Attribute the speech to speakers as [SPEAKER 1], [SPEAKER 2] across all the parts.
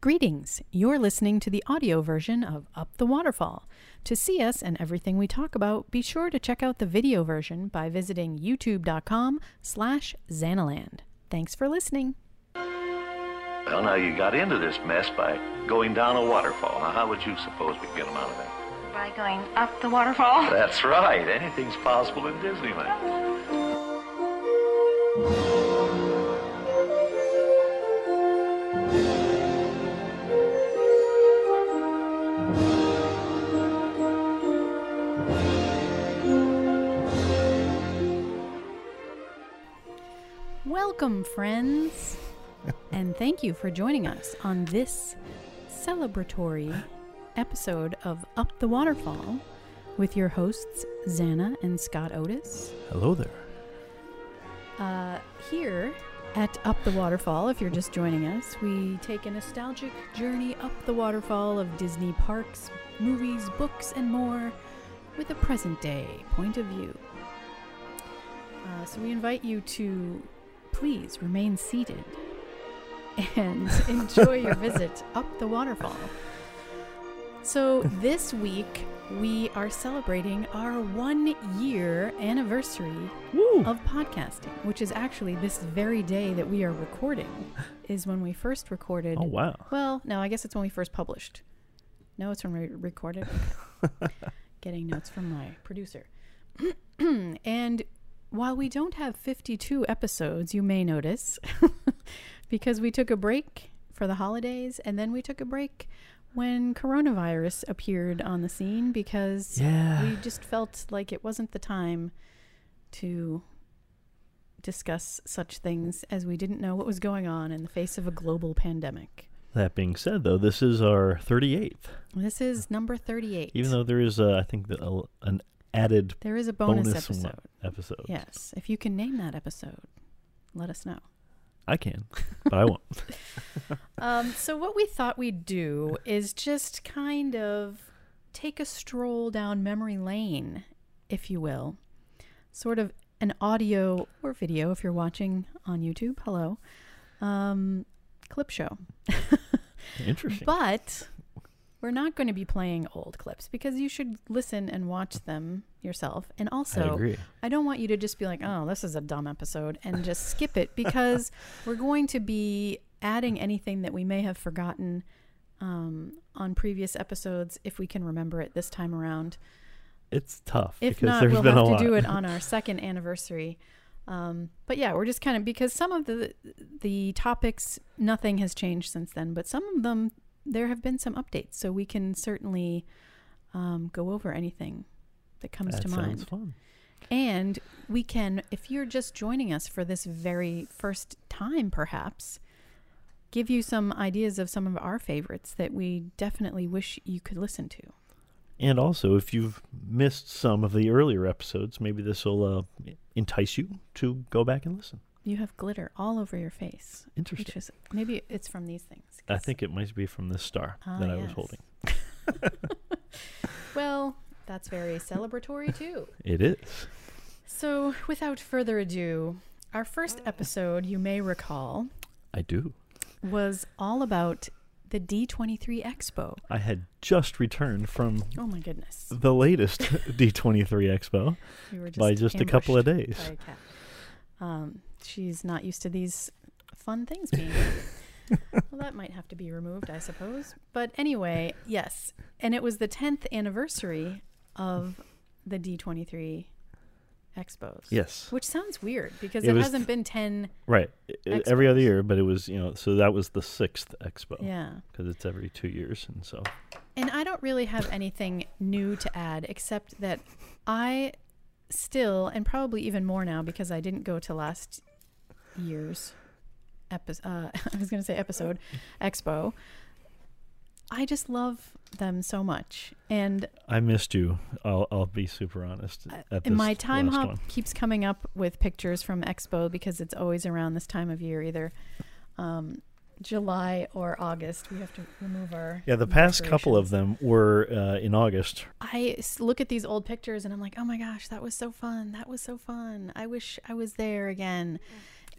[SPEAKER 1] Greetings! You're listening to the audio version of Up the Waterfall. To see us and everything we talk about, be sure to check out the video version by visiting youtube.com slash Xanaland. Thanks for listening.
[SPEAKER 2] Well, now you got into this mess by going down a waterfall. Now, how would you suppose we get them out of there?
[SPEAKER 3] By going up the waterfall.
[SPEAKER 2] That's right. Anything's possible in Disneyland.
[SPEAKER 1] Welcome, friends! and thank you for joining us on this celebratory episode of Up the Waterfall with your hosts, Zana and Scott Otis.
[SPEAKER 4] Hello there.
[SPEAKER 1] Uh, here at Up the Waterfall, if you're just joining us, we take a nostalgic journey up the waterfall of Disney parks, movies, books, and more with a present day point of view. Uh, so we invite you to please remain seated and enjoy your visit up the waterfall. So this week, we are celebrating our one year anniversary
[SPEAKER 4] Woo!
[SPEAKER 1] of podcasting, which is actually this very day that we are recording, is when we first recorded.
[SPEAKER 4] Oh wow.
[SPEAKER 1] Well, no, I guess it's when we first published. No, it's when we recorded. Getting notes from my producer. and while we don't have 52 episodes, you may notice, because we took a break for the holidays and then we took a break when coronavirus appeared on the scene because
[SPEAKER 4] Yeah.
[SPEAKER 1] we just felt like it wasn't the time to discuss such things as we didn't know what was going on in the face of a global pandemic.
[SPEAKER 4] That being said, though, this is our 38th.
[SPEAKER 1] This is number 38.
[SPEAKER 4] Even though there is, uh, I think, the, uh, an added
[SPEAKER 1] there is a bonus,
[SPEAKER 4] one-
[SPEAKER 1] episode.
[SPEAKER 4] episode.
[SPEAKER 1] Yes. If you can name that episode, let us know.
[SPEAKER 4] I can, but I won't.
[SPEAKER 1] Um, so, what we thought we'd do is just kind of take a stroll down memory lane, if you will. Sort of an audio or video, if you're watching on YouTube, hello, um, clip show.
[SPEAKER 4] Interesting.
[SPEAKER 1] But we're not going to be playing old clips because you should listen and watch them yourself. And also,
[SPEAKER 4] I agree.
[SPEAKER 1] I don't want you to just be like, oh, this is a dumb episode and just skip it because we're going to be adding anything that we may have forgotten um, on previous episodes if we can remember it this time around.
[SPEAKER 4] It's tough
[SPEAKER 1] If
[SPEAKER 4] because
[SPEAKER 1] not,
[SPEAKER 4] there's
[SPEAKER 1] we'll
[SPEAKER 4] been
[SPEAKER 1] have
[SPEAKER 4] a
[SPEAKER 1] to
[SPEAKER 4] lot.
[SPEAKER 1] do it on our second anniversary. Um, but yeah, we're just kind of because some of the the topics nothing has changed since then, but some of them there have been some updates, so we can certainly um, go over anything that comes
[SPEAKER 4] that
[SPEAKER 1] to
[SPEAKER 4] sounds
[SPEAKER 1] mind.
[SPEAKER 4] fun.
[SPEAKER 1] And we can, if you're just joining us for this very first time, perhaps, give you some ideas of some of our favorites that we definitely wish you could listen to.
[SPEAKER 4] And also, if you've missed some of the earlier episodes, maybe this will uh, entice you to go back and listen.
[SPEAKER 1] You have glitter all over your face. Which
[SPEAKER 4] Interesting.
[SPEAKER 1] is, maybe it's from these things.
[SPEAKER 4] I think it might be from this star
[SPEAKER 1] Ah,
[SPEAKER 4] that I was
[SPEAKER 1] yes.
[SPEAKER 4] holding.
[SPEAKER 1] Well, that's very celebratory, too.
[SPEAKER 4] It is.
[SPEAKER 1] So, without further ado, our first episode, you may recall,
[SPEAKER 4] I do.
[SPEAKER 1] was all about the D23 Expo.
[SPEAKER 4] I had just returned from
[SPEAKER 1] Oh my goodness.
[SPEAKER 4] the latest D23 Expo.
[SPEAKER 1] We were just
[SPEAKER 4] by just a couple of
[SPEAKER 1] ambushed
[SPEAKER 4] days.
[SPEAKER 1] by a cat. Um, she's not used to these fun things being. well, that might have to be removed, I suppose. But anyway, yes, and it was the tenth anniversary of the D twenty three expos.
[SPEAKER 4] Yes.
[SPEAKER 1] which sounds weird because
[SPEAKER 4] It
[SPEAKER 1] it,
[SPEAKER 4] was-
[SPEAKER 1] hasn't been ten.
[SPEAKER 4] Right. I- I- Every other
[SPEAKER 1] Expos.
[SPEAKER 4] year, but it was, you know, so that was the sixth expo.
[SPEAKER 1] Yeah,
[SPEAKER 4] Because it's every two years. And so
[SPEAKER 1] and I don't really have anything new to add except that I still, and probably even more now because I didn't go to last year's episode. Uh, I was going to say episode expo. I just love them so much, and
[SPEAKER 4] I missed you. I'll, I'll be super honest.
[SPEAKER 1] I-
[SPEAKER 4] at
[SPEAKER 1] and my
[SPEAKER 4] this
[SPEAKER 1] time
[SPEAKER 4] last
[SPEAKER 1] hop
[SPEAKER 4] one.
[SPEAKER 1] keeps coming up with pictures from Expo because it's always around this time of year, either um, July or August. We have to remove our
[SPEAKER 4] Yeah, the past couple of
[SPEAKER 1] decorations.
[SPEAKER 4] them were uh, in August.
[SPEAKER 1] I s- look at these old pictures and I'm like, oh my gosh, that was so fun. That was so fun. I wish I was there again.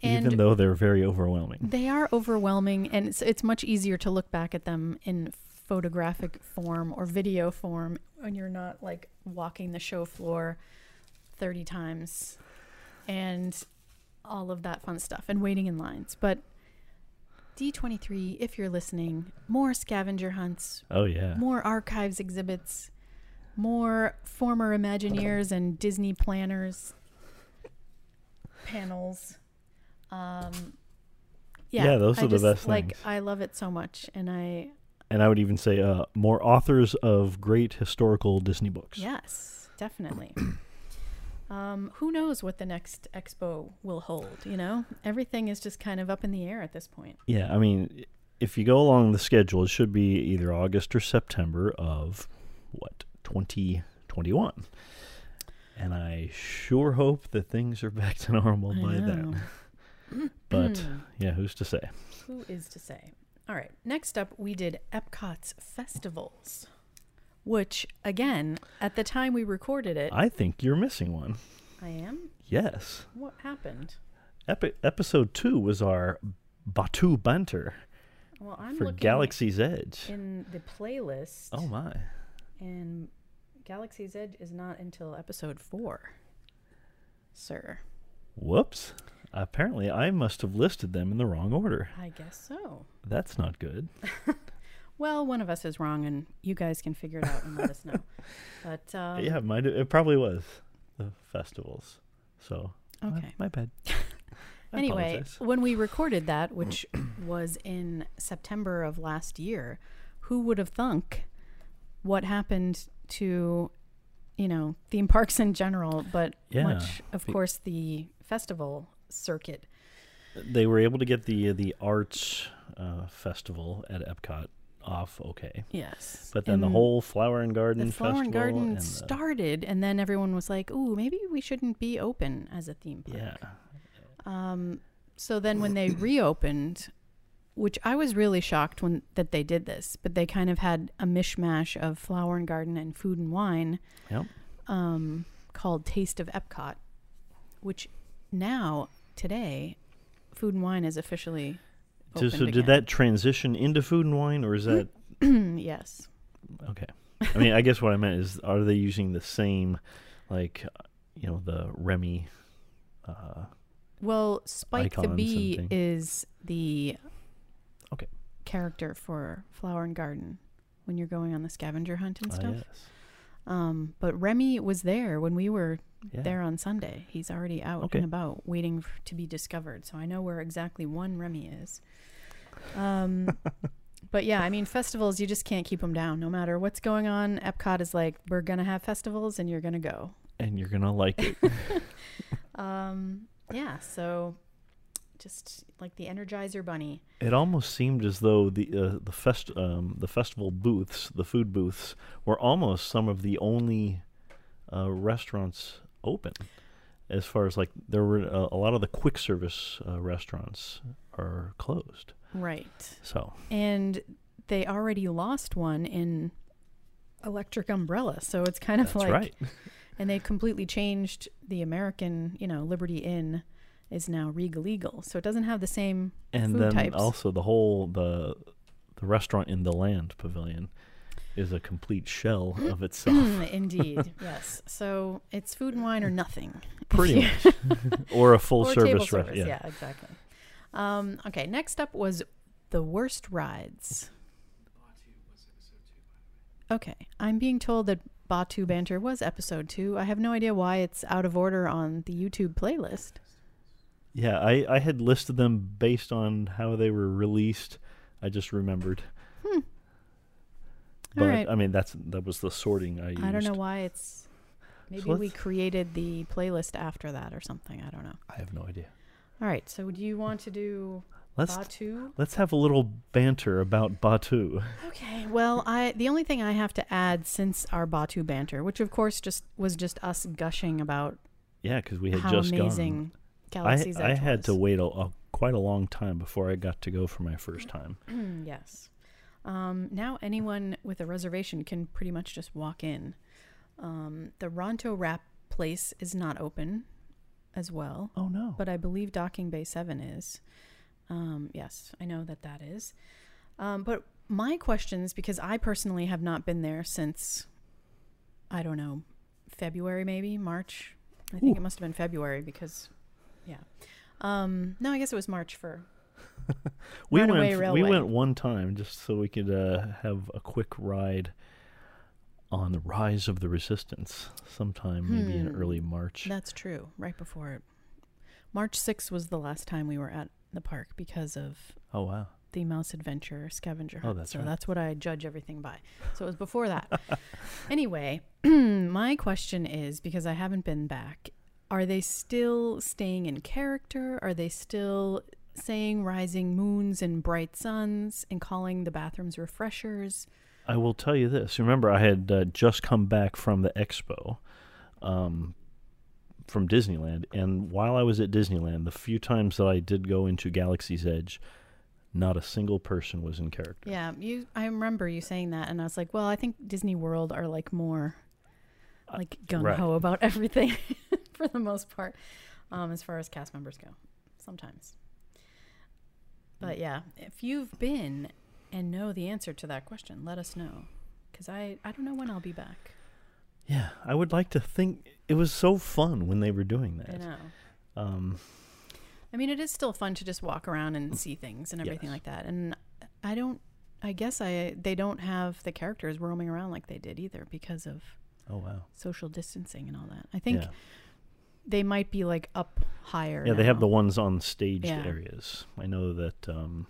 [SPEAKER 1] And
[SPEAKER 4] even though they're very overwhelming.
[SPEAKER 1] They are overwhelming, and it's, it's much easier to look back at them in photographic form or video form when you're not like walking the show floor 30 times and all of that fun stuff and waiting in lines. But D23, if you're listening, more scavenger hunts,
[SPEAKER 4] Oh yeah.
[SPEAKER 1] more archives exhibits, more former Imagineers and Disney planners panels. Um, yeah,
[SPEAKER 4] Yeah, those
[SPEAKER 1] I
[SPEAKER 4] are the
[SPEAKER 1] just,
[SPEAKER 4] best
[SPEAKER 1] Like
[SPEAKER 4] things.
[SPEAKER 1] I love it so much, and I
[SPEAKER 4] And I would even say uh, more authors of great historical Disney books.
[SPEAKER 1] yes, definitely. um, who knows what the next expo will hold? You know, everything is just kind of up in the air at this point.
[SPEAKER 4] Yeah, I mean, if you go along the schedule, it should be either August or September of what 2021. And I sure hope that things are back to normal
[SPEAKER 1] I
[SPEAKER 4] by
[SPEAKER 1] know. Hmm.
[SPEAKER 4] then. but yeah, who's to say?
[SPEAKER 1] Who is to say? All right. Next up, we did Epcot's festivals, which, again, at the time we recorded it, I,
[SPEAKER 4] I think you're missing one.
[SPEAKER 1] am.
[SPEAKER 4] Yes.
[SPEAKER 1] What happened?
[SPEAKER 4] Epi- episode 2 was our Batu banter
[SPEAKER 1] Well, I'm
[SPEAKER 4] for
[SPEAKER 1] looking
[SPEAKER 4] Galaxy's Edge.
[SPEAKER 1] in the playlist,
[SPEAKER 4] oh my.
[SPEAKER 1] and Galaxy's Edge is not until episode four, sir.
[SPEAKER 4] Whoops. Apparently I must have listed them in the wrong order.
[SPEAKER 1] I guess so.
[SPEAKER 4] That's not good.
[SPEAKER 1] Well, one of us is wrong, and you guys can figure it out and let us know. But um,
[SPEAKER 4] yeah, mine it probably was the festivals. So my-
[SPEAKER 1] Okay.
[SPEAKER 4] my, bad. I
[SPEAKER 1] anyway,
[SPEAKER 4] apologize.
[SPEAKER 1] when we recorded that, which was in September of last year, who would have thunk what happened to, you know, theme parks in general, but
[SPEAKER 4] Yeah.
[SPEAKER 1] much, of
[SPEAKER 4] Be-
[SPEAKER 1] course, the festival circuit.
[SPEAKER 4] they were able to get the the arts uh, festival at Epcot off okay,
[SPEAKER 1] Yes.
[SPEAKER 4] but then the
[SPEAKER 1] And
[SPEAKER 4] whole flower and garden
[SPEAKER 1] the flower and
[SPEAKER 4] festival
[SPEAKER 1] garden
[SPEAKER 4] the-
[SPEAKER 1] started, and then everyone was like, "Ooh, maybe we shouldn't be open as a theme park."
[SPEAKER 4] yeah,
[SPEAKER 1] So then when they reopened, which I was really shocked when that they did this, but they kind of had a mishmash of flower and garden and food and wine
[SPEAKER 4] yep.
[SPEAKER 1] um, called Taste of Epcot, which now today food and wine is officially
[SPEAKER 4] So,
[SPEAKER 1] opened
[SPEAKER 4] so did
[SPEAKER 1] again.
[SPEAKER 4] that transition into food and wine, or is that
[SPEAKER 1] yes.
[SPEAKER 4] okay? I mean, I guess what I meant is, are they using the same, like, you know, the Remy? Uh,
[SPEAKER 1] Well, Spike
[SPEAKER 4] Icons
[SPEAKER 1] the
[SPEAKER 4] and
[SPEAKER 1] Bee
[SPEAKER 4] thing.
[SPEAKER 1] is the
[SPEAKER 4] okay,
[SPEAKER 1] character for flower and garden when you're going on the scavenger hunt and
[SPEAKER 4] Ah,
[SPEAKER 1] stuff.
[SPEAKER 4] yes.
[SPEAKER 1] Um, but Remy was there when we were
[SPEAKER 4] Yeah.
[SPEAKER 1] there on Sunday. He's already out
[SPEAKER 4] Okay.
[SPEAKER 1] and about waiting f to be discovered. So I know where exactly one Remy is. Um, but yeah, I mean, festivals, you just can't keep them down. No matter what's going on, Epcot is like, we're going to have festivals and you're going to go.
[SPEAKER 4] and you're gonna like it.
[SPEAKER 1] Um, yeah, so just like the Energizer Bunny.
[SPEAKER 4] It almost seemed as though the uh, the fest um, the festival booths, the food booths, were almost some of the only uh, restaurants open. As far as like there were uh, a lot of the quick service uh, restaurants are closed.
[SPEAKER 1] Right.
[SPEAKER 4] So
[SPEAKER 1] And they already lost one in Electric Umbrella. So it's kind of
[SPEAKER 4] that's
[SPEAKER 1] like.
[SPEAKER 4] right.
[SPEAKER 1] And they completely changed the American, you know, Liberty Inn is now Regal Eagle. So it doesn't have the same
[SPEAKER 4] And
[SPEAKER 1] food
[SPEAKER 4] then
[SPEAKER 1] types.
[SPEAKER 4] also the whole the the restaurant in the land pavilion is a complete shell of itself,
[SPEAKER 1] Indeed, yes. So it's food and wine or nothing.
[SPEAKER 4] pretty much, or a full
[SPEAKER 1] or table
[SPEAKER 4] service
[SPEAKER 1] service.
[SPEAKER 4] restaurant.
[SPEAKER 1] yeah. exactly. Um, okay, next up was the worst rides. Okay, I'm being told that Batu Banter was episode two. I have no idea why it's out of order on the YouTube playlist.
[SPEAKER 4] Yeah, I, I had listed them based on how they were released. I just remembered.
[SPEAKER 1] Hmm.
[SPEAKER 4] But
[SPEAKER 1] right.
[SPEAKER 4] I mean, that's that was the sorting I used.
[SPEAKER 1] I don't know why it's. Maybe we
[SPEAKER 4] let's-
[SPEAKER 1] created the playlist after that or something. I don't know.
[SPEAKER 4] I have no idea.
[SPEAKER 1] All right. So do you want to do
[SPEAKER 4] Let's
[SPEAKER 1] Batu?
[SPEAKER 4] let's have a little banter about Batu.
[SPEAKER 1] Okay. Well, I the only thing I have to add since our Batu banter, which of course just was just us gushing about
[SPEAKER 4] yeah, because we had
[SPEAKER 1] how
[SPEAKER 4] just
[SPEAKER 1] amazing
[SPEAKER 4] gone. I
[SPEAKER 1] Galaxy's
[SPEAKER 4] I
[SPEAKER 1] Edge
[SPEAKER 4] had
[SPEAKER 1] was.
[SPEAKER 4] to wait a, a quite a long time before I got to go for my first time.
[SPEAKER 1] Mm, yes. Um, now anyone with a reservation can pretty much just walk in. Um, the Ronto Wrap place is not open. as well,
[SPEAKER 4] Oh no.
[SPEAKER 1] but I believe Docking Bay 7 is. Um, yes, I know that that is. Um, but my questions, because I personally have not been there since, I don't know, February maybe, March. I think it must have been February because, yeah. Um, no, I guess it was March for
[SPEAKER 4] we
[SPEAKER 1] Runaway
[SPEAKER 4] went
[SPEAKER 1] Railway.
[SPEAKER 4] we went one time just so we could uh, have a quick ride on the rise of the resistance sometime maybe
[SPEAKER 1] Hmm.
[SPEAKER 4] in early March.
[SPEAKER 1] That's true. Right before it. March 6th was the last time we were at the park because of
[SPEAKER 4] oh wow.
[SPEAKER 1] the mouse adventure scavenger hunt.
[SPEAKER 4] Oh, that's
[SPEAKER 1] so
[SPEAKER 4] right.
[SPEAKER 1] that's what I judge everything by. So it was before that. anyway, my question is because I haven't been back, are they still staying in character? Are they still saying rising moons and bright suns and calling the bathrooms refreshers?
[SPEAKER 4] I will tell you this. Remember, I had uh, just come back from the expo, um, from Disneyland, and while I was at Disneyland, the few times that I did go into Galaxy's Edge, not a single person was in character.
[SPEAKER 1] Yeah, you I remember you saying that and I was like, well, I think Disney World are like more like gung ho
[SPEAKER 4] Uh, right.
[SPEAKER 1] about everything for the most part um as far as cast members go sometimes. But yeah, if you've been and know the answer to that question, let us know cuz I I don't know when I'll be back.
[SPEAKER 4] Yeah, I would like to think it was so fun when they were doing
[SPEAKER 1] I
[SPEAKER 4] that.
[SPEAKER 1] know.
[SPEAKER 4] Um,
[SPEAKER 1] I mean, it is still fun to just walk around and see things and everything
[SPEAKER 4] Yes.
[SPEAKER 1] like that. And I don't I guess I they don't have the characters roaming around like they did either because of
[SPEAKER 4] oh wow.
[SPEAKER 1] social distancing and all that. I think
[SPEAKER 4] yeah,
[SPEAKER 1] they might be like up higher.
[SPEAKER 4] yeah. They have
[SPEAKER 1] now.
[SPEAKER 4] the ones on staged
[SPEAKER 1] Yeah.
[SPEAKER 4] areas. I know that um,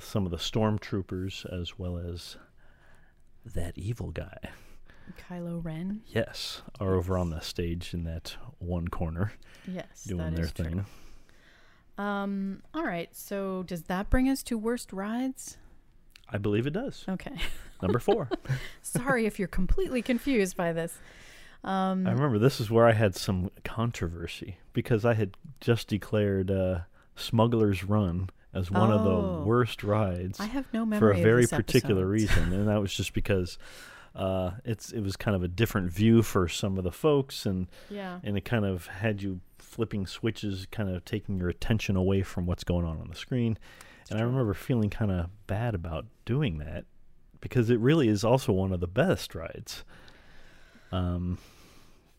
[SPEAKER 4] some of the stormtroopers, as well as that evil guy.
[SPEAKER 1] Kylo Ren.
[SPEAKER 4] Yes, are over on the stage in that one corner
[SPEAKER 1] Yes,
[SPEAKER 4] doing
[SPEAKER 1] that
[SPEAKER 4] their
[SPEAKER 1] is true.
[SPEAKER 4] thing.
[SPEAKER 1] Um. All right. So does that bring us to worst rides?
[SPEAKER 4] I believe it does.
[SPEAKER 1] Okay.
[SPEAKER 4] Number four.
[SPEAKER 1] Sorry if you're completely confused by this. Um.
[SPEAKER 4] I remember this is where I had some controversy because I had just declared uh, Smuggler's Run as one of
[SPEAKER 1] Oh.
[SPEAKER 4] the worst rides
[SPEAKER 1] I have no memory
[SPEAKER 4] for a
[SPEAKER 1] of
[SPEAKER 4] very
[SPEAKER 1] this
[SPEAKER 4] particular
[SPEAKER 1] episode.
[SPEAKER 4] reason, and that was just because uh, it's it was kind of a different view for some of the folks, and
[SPEAKER 1] Yeah.
[SPEAKER 4] and it kind of had you flipping switches, kind of taking your attention away from what's going on on the screen. and I remember feeling kind of bad about doing that because it really is also one of the best rides. Um,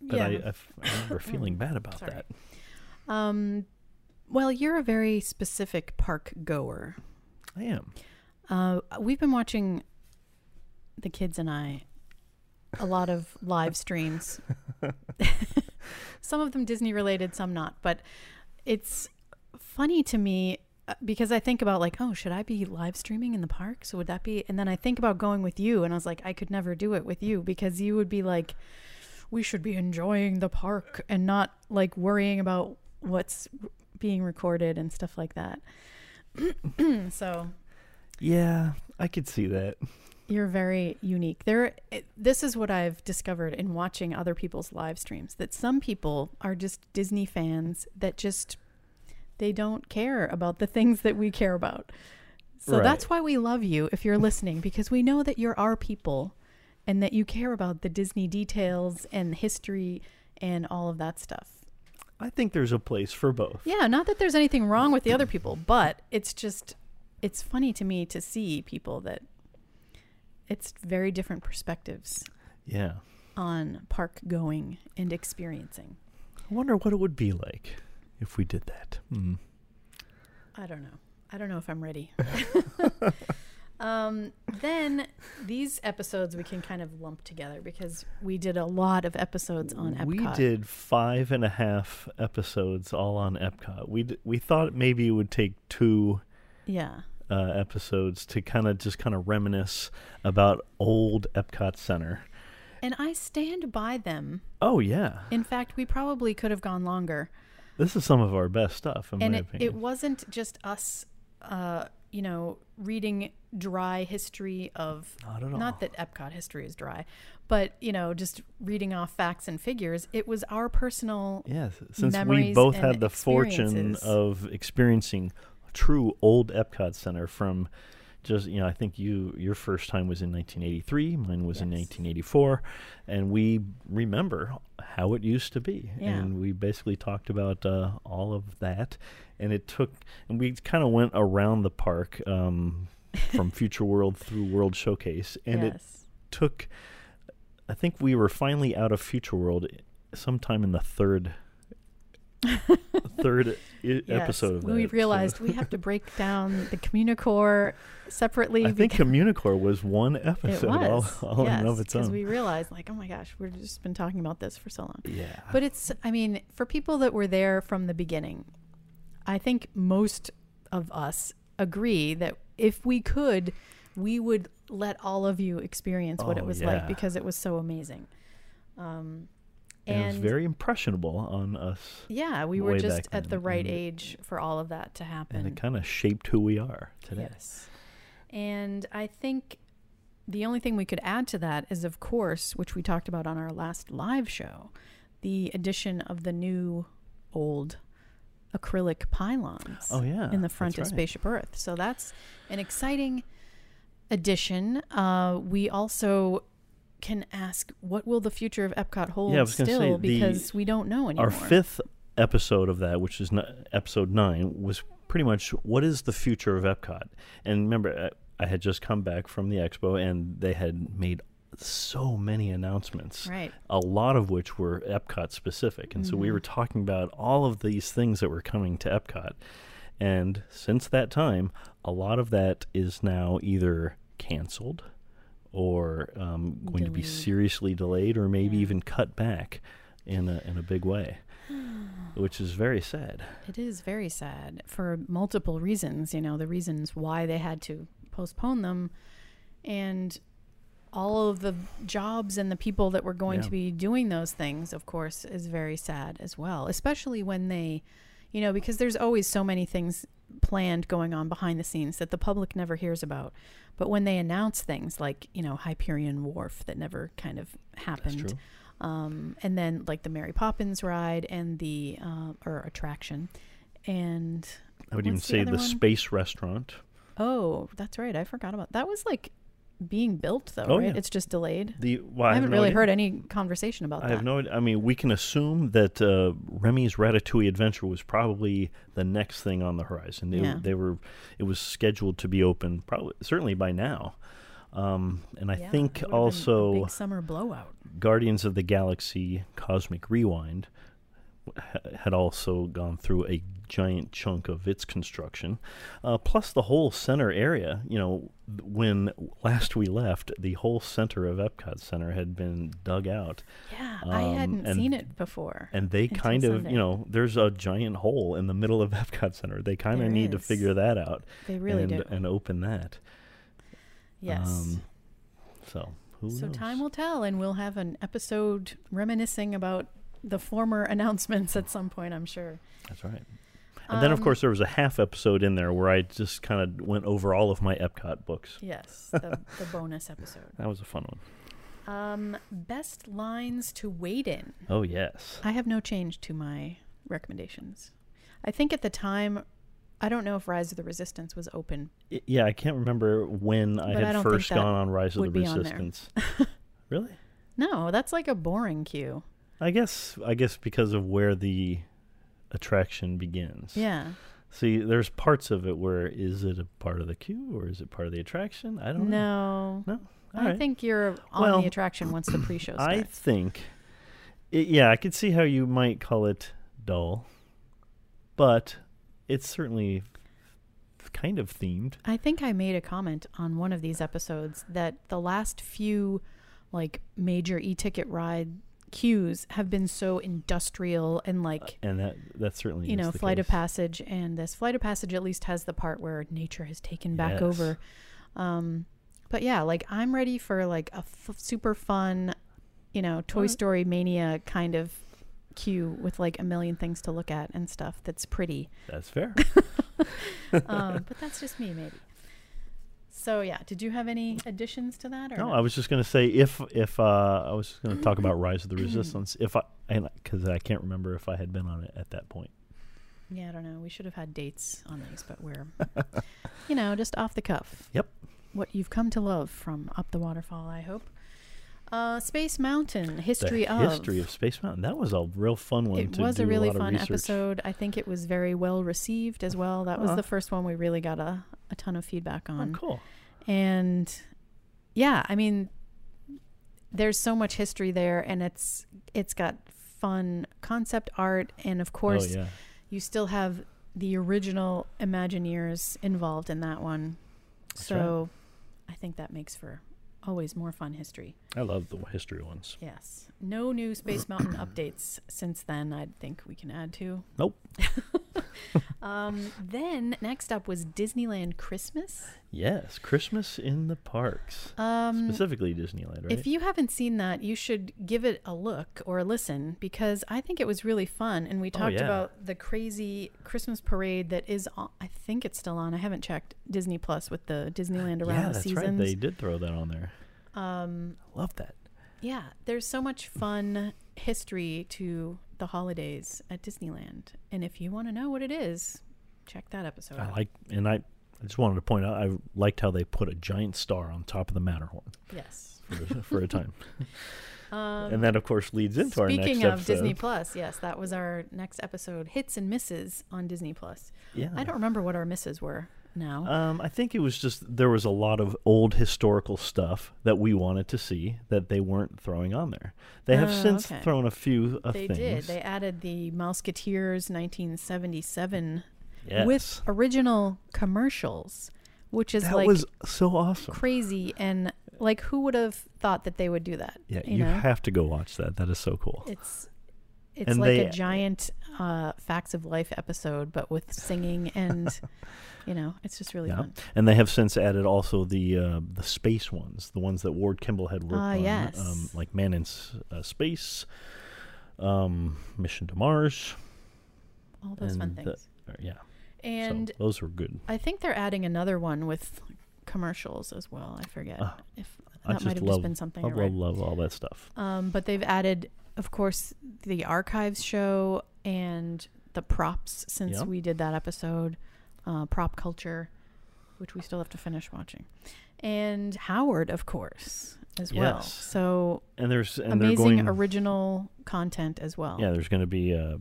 [SPEAKER 4] but I I,
[SPEAKER 1] Yeah.
[SPEAKER 4] I, uh f- I remember feeling bad about
[SPEAKER 1] Sorry.
[SPEAKER 4] that.
[SPEAKER 1] Um. Well, you're a very specific park goer.
[SPEAKER 4] I am.
[SPEAKER 1] Uh, we've been watching the kids and I a lot of live streams. some of them Disney related, some not. But it's funny to me uh, because I think about like, oh, should I be live streaming in the park? So would that be? And then I think about going with you, and I was like, I could never do it with you because you would be like, we should be enjoying the park and not like worrying about what's being recorded and stuff like that. so
[SPEAKER 4] Yeah, I could see that.
[SPEAKER 1] you're very unique. There, it, this is what I've discovered in watching other people's live streams that some people are just Disney fans that just they don't care about the things that we care about. So
[SPEAKER 4] Right.
[SPEAKER 1] that's why we love you if you're listening because we know that you're our people and that you care about the Disney details and history and all of that stuff.
[SPEAKER 4] I think there's a place for both.
[SPEAKER 1] Yeah, not that there's anything wrong with the other people, but it's just it's funny to me to see people that it's very different perspectives
[SPEAKER 4] Yeah.
[SPEAKER 1] on park going and experiencing.
[SPEAKER 4] I wonder what it would be like if we did that. Mm.
[SPEAKER 1] I don't know. I don't know if I'm ready. um, then these episodes we can kind of lump together because we did a lot of episodes on Epcot.
[SPEAKER 4] We did five and a half episodes all on Epcot. We d- we thought maybe it would take two
[SPEAKER 1] Yeah.
[SPEAKER 4] uh, episodes to kind of just kind of reminisce about old Epcot Center.
[SPEAKER 1] And I stand by them.
[SPEAKER 4] Oh yeah,
[SPEAKER 1] In fact, we probably could have gone longer.
[SPEAKER 4] this is some of our best stuff in
[SPEAKER 1] and
[SPEAKER 4] my
[SPEAKER 1] it, it
[SPEAKER 4] opinion.
[SPEAKER 1] wasn't just us uh, you know reading dry history of
[SPEAKER 4] Not at all.
[SPEAKER 1] not that epcot history is dry but you know just reading off facts and figures it was our personal
[SPEAKER 4] yes, since we
[SPEAKER 1] memories
[SPEAKER 4] both
[SPEAKER 1] and
[SPEAKER 4] had the fortune
[SPEAKER 1] experiences.
[SPEAKER 4] of experiencing true old Epcot Center from just you know, I think you your first time was in 1983, mine was in
[SPEAKER 1] Yes.
[SPEAKER 4] 1984, and we remember how it used to be,
[SPEAKER 1] Yeah.
[SPEAKER 4] and we basically talked about uh, all of that, and it took, and we kind of went around the park um, from Future World through World Showcase, and it
[SPEAKER 1] yes.
[SPEAKER 4] took I think we were finally out of Future World sometime in the third third I- episode of that.
[SPEAKER 1] We
[SPEAKER 4] so-
[SPEAKER 1] realized we have to break down the communicore separately.
[SPEAKER 4] I think
[SPEAKER 1] because-
[SPEAKER 4] Communicore was one episode
[SPEAKER 1] it was.
[SPEAKER 4] all, all
[SPEAKER 1] yes,
[SPEAKER 4] in of its
[SPEAKER 1] because
[SPEAKER 4] own.
[SPEAKER 1] we realized, like, oh my gosh, we've just been talking about this for so long.
[SPEAKER 4] yeah.
[SPEAKER 1] But it's, I mean, for people that were there from the beginning, I think most of us agree that if we could, we would let all of you experience what it
[SPEAKER 4] Oh,
[SPEAKER 1] was
[SPEAKER 4] yeah.
[SPEAKER 1] like because it was so amazing. Um,
[SPEAKER 4] and it was
[SPEAKER 1] and-
[SPEAKER 4] very impressionable on us.
[SPEAKER 1] yeah, we were
[SPEAKER 4] Way
[SPEAKER 1] just
[SPEAKER 4] back
[SPEAKER 1] at the
[SPEAKER 4] then, Mm-hmm.
[SPEAKER 1] right
[SPEAKER 4] and-
[SPEAKER 1] age for all of that to happen.
[SPEAKER 4] And it kind of shaped who we are today.
[SPEAKER 1] Yes. And I think the only thing we could add to that is, of course, which we talked about on our last live show, the addition of the new old acrylic pylons
[SPEAKER 4] Oh, yeah,
[SPEAKER 1] in the
[SPEAKER 4] that's
[SPEAKER 1] front of
[SPEAKER 4] right.
[SPEAKER 1] Spaceship Earth. So that's an exciting addition. Uh, we also can ask what will the future of Epcot hold
[SPEAKER 4] Yeah, I was gonna say,
[SPEAKER 1] still
[SPEAKER 4] the-
[SPEAKER 1] because we don't know anymore.
[SPEAKER 4] Our fifth episode of that, which is not, episode nine, was pretty much what is the future of Epcot? And remember, I, I had just come back from the expo, and they had made so many announcements,
[SPEAKER 1] Right.
[SPEAKER 4] a lot of which were Epcot specific. And so
[SPEAKER 1] Mm-hmm.
[SPEAKER 4] we were talking about all of these things that were coming to Epcot. And since that time, a lot of that is now either canceled or um, going to be
[SPEAKER 1] Delayed.
[SPEAKER 4] seriously delayed or maybe even cut back in a, in a big way, which is very sad.
[SPEAKER 1] It is very sad for multiple reasons, you know, the reasons why they had to postpone them and all of the jobs and the people that were going
[SPEAKER 4] Yeah.
[SPEAKER 1] to be doing those things, of course, is very sad as well, especially when they, you know, because there's always so many things planned going on behind the scenes that the public never hears about. But when they announce things like, you know, Hyperion Wharf that never kind of happened
[SPEAKER 4] true.
[SPEAKER 1] um, and then like the Mary Poppins ride and the um, or attraction, and
[SPEAKER 4] I would even
[SPEAKER 1] what's
[SPEAKER 4] say
[SPEAKER 1] other
[SPEAKER 4] the
[SPEAKER 1] one?
[SPEAKER 4] space restaurant.
[SPEAKER 1] Oh, that's right. I forgot about that. Was like being built though,
[SPEAKER 4] Oh,
[SPEAKER 1] right?
[SPEAKER 4] yeah.
[SPEAKER 1] It's just delayed.
[SPEAKER 4] The
[SPEAKER 1] I
[SPEAKER 4] well, have
[SPEAKER 1] haven't
[SPEAKER 4] no
[SPEAKER 1] really
[SPEAKER 4] idea.
[SPEAKER 1] heard any conversation about
[SPEAKER 4] I
[SPEAKER 1] that.
[SPEAKER 4] have no. id- I mean, we can assume that uh, Remy's Ratatouille adventure was probably the next thing on the horizon. They,
[SPEAKER 1] Yeah.
[SPEAKER 4] they were. It was scheduled to be open probably certainly by now. Um, and I
[SPEAKER 1] Yeah, it
[SPEAKER 4] think
[SPEAKER 1] would've been a
[SPEAKER 4] also
[SPEAKER 1] big summer blowout.
[SPEAKER 4] Guardians of the Galaxy Cosmic Rewind h- had also gone through a giant chunk of its construction. Uh, plus, the whole center area, you know, th- when last we left, the whole center of Epcot Center had been dug out.
[SPEAKER 1] Yeah, I
[SPEAKER 4] Um,
[SPEAKER 1] hadn't
[SPEAKER 4] and-
[SPEAKER 1] seen it before.
[SPEAKER 4] And they
[SPEAKER 1] Until
[SPEAKER 4] kind of,
[SPEAKER 1] Sunday.
[SPEAKER 4] you know, there's a giant hole in the middle of Epcot Center. They kind
[SPEAKER 1] There
[SPEAKER 4] of need to
[SPEAKER 1] is.
[SPEAKER 4] figure that out.
[SPEAKER 1] They really
[SPEAKER 4] and, um,
[SPEAKER 1] do.
[SPEAKER 4] And open that.
[SPEAKER 1] yes.
[SPEAKER 4] Um, so, who
[SPEAKER 1] so
[SPEAKER 4] knows?
[SPEAKER 1] time will tell, and we'll have an episode reminiscing about the former announcements at some point. I'm sure.
[SPEAKER 4] That's right. And then, of
[SPEAKER 1] Um,
[SPEAKER 4] course, there was a half episode in there where I just kind of went over all of my Epcot books.
[SPEAKER 1] Yes, the, the bonus episode.
[SPEAKER 4] That was a fun one.
[SPEAKER 1] Um, best lines to wait in.
[SPEAKER 4] Oh, yes.
[SPEAKER 1] I have no change to my recommendations. I think at the time, I don't know if Rise of the Resistance was open.
[SPEAKER 4] I- yeah, I can't remember when I
[SPEAKER 1] But I
[SPEAKER 4] had
[SPEAKER 1] don't think
[SPEAKER 4] first
[SPEAKER 1] that
[SPEAKER 4] gone on Rise of the
[SPEAKER 1] would be on there.
[SPEAKER 4] Resistance. really?
[SPEAKER 1] No, that's like a boring queue.
[SPEAKER 4] I guess I guess because of where the attraction begins.
[SPEAKER 1] Yeah,
[SPEAKER 4] See, there's parts of it where is it a part of the queue or is it part of the attraction? I don't know.
[SPEAKER 1] no.
[SPEAKER 4] No. All
[SPEAKER 1] I
[SPEAKER 4] right.
[SPEAKER 1] think you're on
[SPEAKER 4] Well,
[SPEAKER 1] the attraction once the pre-show starts.
[SPEAKER 4] I think, i yeah, I could see how you might call it dull, but it's certainly f- kind of themed.
[SPEAKER 1] I think I made a comment on one of these episodes that the last few like major e-ticket ride queues have been so industrial and like
[SPEAKER 4] And that that certainly
[SPEAKER 1] you
[SPEAKER 4] is
[SPEAKER 1] know
[SPEAKER 4] the
[SPEAKER 1] flight of
[SPEAKER 4] case.
[SPEAKER 1] passage and this flight of passage at least has the part where nature has taken back
[SPEAKER 4] Yes.
[SPEAKER 1] over um but yeah like i'm ready for like a f- super fun you know toy story mania kind of queue with like a million things to look at and stuff that's pretty
[SPEAKER 4] That's fair.
[SPEAKER 1] um, but that's just me maybe so yeah did you have any additions to that or
[SPEAKER 4] no, I was just gonna say if if uh, I was just gonna talk about Rise of the Resistance if I and because I can't remember if I had been on it at that point.
[SPEAKER 1] Yeah, I don't know. We should have had dates on these, but we're, you know, just off the cuff.
[SPEAKER 4] Yep.
[SPEAKER 1] What you've come to love from Up the Waterfall, I hope. Uh, Space Mountain, history
[SPEAKER 4] the
[SPEAKER 1] of.
[SPEAKER 4] history of Space Mountain. That was a real fun one.
[SPEAKER 1] It
[SPEAKER 4] to
[SPEAKER 1] was
[SPEAKER 4] do
[SPEAKER 1] a really
[SPEAKER 4] lot of
[SPEAKER 1] fun
[SPEAKER 4] research.
[SPEAKER 1] episode. I think it was very well received as well. That was
[SPEAKER 4] Aw.
[SPEAKER 1] the first one we really got a, a ton of feedback
[SPEAKER 4] Uh-huh. Oh,
[SPEAKER 1] on.
[SPEAKER 4] cool.
[SPEAKER 1] And yeah, I mean there's so much history there and it's it's got fun concept art and of course
[SPEAKER 4] oh yeah.
[SPEAKER 1] you still have the original Imagineers involved in that one.
[SPEAKER 4] right.
[SPEAKER 1] so I think that makes for always more fun history.
[SPEAKER 4] I love the history ones.
[SPEAKER 1] Yes. No new Space Mountain updates since then, I think we can add to.
[SPEAKER 4] Nope.
[SPEAKER 1] Um, then next up was Disneyland Christmas.
[SPEAKER 4] Yes, Christmas in the parks.
[SPEAKER 1] Um,
[SPEAKER 4] Specifically Disneyland, right?
[SPEAKER 1] If you haven't seen that, you should give it a look or a listen because I think it was really fun. And we talked
[SPEAKER 4] Oh, yeah.
[SPEAKER 1] about the crazy Christmas parade that is, on, I think it's still on. I haven't checked Disney Plus with the Disneyland around
[SPEAKER 4] yeah,
[SPEAKER 1] the
[SPEAKER 4] that's
[SPEAKER 1] seasons.
[SPEAKER 4] right. They did throw that on there. Um, love that.
[SPEAKER 1] Yeah, there's so much fun history to the holidays at Disneyland. And if you want to know what it is, check that episode
[SPEAKER 4] I
[SPEAKER 1] out.
[SPEAKER 4] like, and I, I just wanted to point out, I liked how they put a giant star on top of the Matterhorn
[SPEAKER 1] yes.
[SPEAKER 4] for, for a time. and that, of course, leads into our next
[SPEAKER 1] Um, Speaking of
[SPEAKER 4] episode.
[SPEAKER 1] Disney Plus, yes, that was our next episode, hits and misses on Disney Plus.
[SPEAKER 4] Yeah.
[SPEAKER 1] I don't remember what our misses were now.
[SPEAKER 4] Um, I think it was just there was a lot of old historical stuff that we wanted to see that they weren't throwing on there. They have
[SPEAKER 1] Oh,
[SPEAKER 4] since
[SPEAKER 1] okay.
[SPEAKER 4] thrown a few of
[SPEAKER 1] they
[SPEAKER 4] things.
[SPEAKER 1] did. They added the Mouseketeers 1977
[SPEAKER 4] Yes.
[SPEAKER 1] with original commercials, which is
[SPEAKER 4] that
[SPEAKER 1] like
[SPEAKER 4] was so awesome.
[SPEAKER 1] crazy and like who would have thought that they would do that?
[SPEAKER 4] yeah, you,
[SPEAKER 1] you, know?
[SPEAKER 4] have to go watch that. That is so cool.
[SPEAKER 1] it's it's
[SPEAKER 4] And
[SPEAKER 1] like
[SPEAKER 4] they-
[SPEAKER 1] a giant uh, facts of life episode, but with singing and you know, it's just really
[SPEAKER 4] Yeah,
[SPEAKER 1] fun.
[SPEAKER 4] and they have since added also the uh, the space ones, the ones that Ward Kimball had worked
[SPEAKER 1] Ah,
[SPEAKER 4] on,
[SPEAKER 1] yes.
[SPEAKER 4] um, like Man in S- uh, Space, um, Mission to Mars,
[SPEAKER 1] All those fun
[SPEAKER 4] and the-
[SPEAKER 1] things.
[SPEAKER 4] or, yeah, So
[SPEAKER 1] and
[SPEAKER 4] those were good.
[SPEAKER 1] I think they're adding another one with commercials as well. I forget if
[SPEAKER 4] Ah, I
[SPEAKER 1] that
[SPEAKER 4] just
[SPEAKER 1] might have
[SPEAKER 4] love,
[SPEAKER 1] just been something. I
[SPEAKER 4] love,
[SPEAKER 1] read.
[SPEAKER 4] love, love all that stuff.
[SPEAKER 1] Um, but they've added, of course, the archives show and the props since
[SPEAKER 4] Yeah.
[SPEAKER 1] we did that episode, uh, prop culture, which we still have to finish watching, and Howard, of course, as well.
[SPEAKER 4] Yes.
[SPEAKER 1] So
[SPEAKER 4] And there's and they're
[SPEAKER 1] amazing
[SPEAKER 4] going
[SPEAKER 1] original content as well.
[SPEAKER 4] Yeah, there's going to be uh,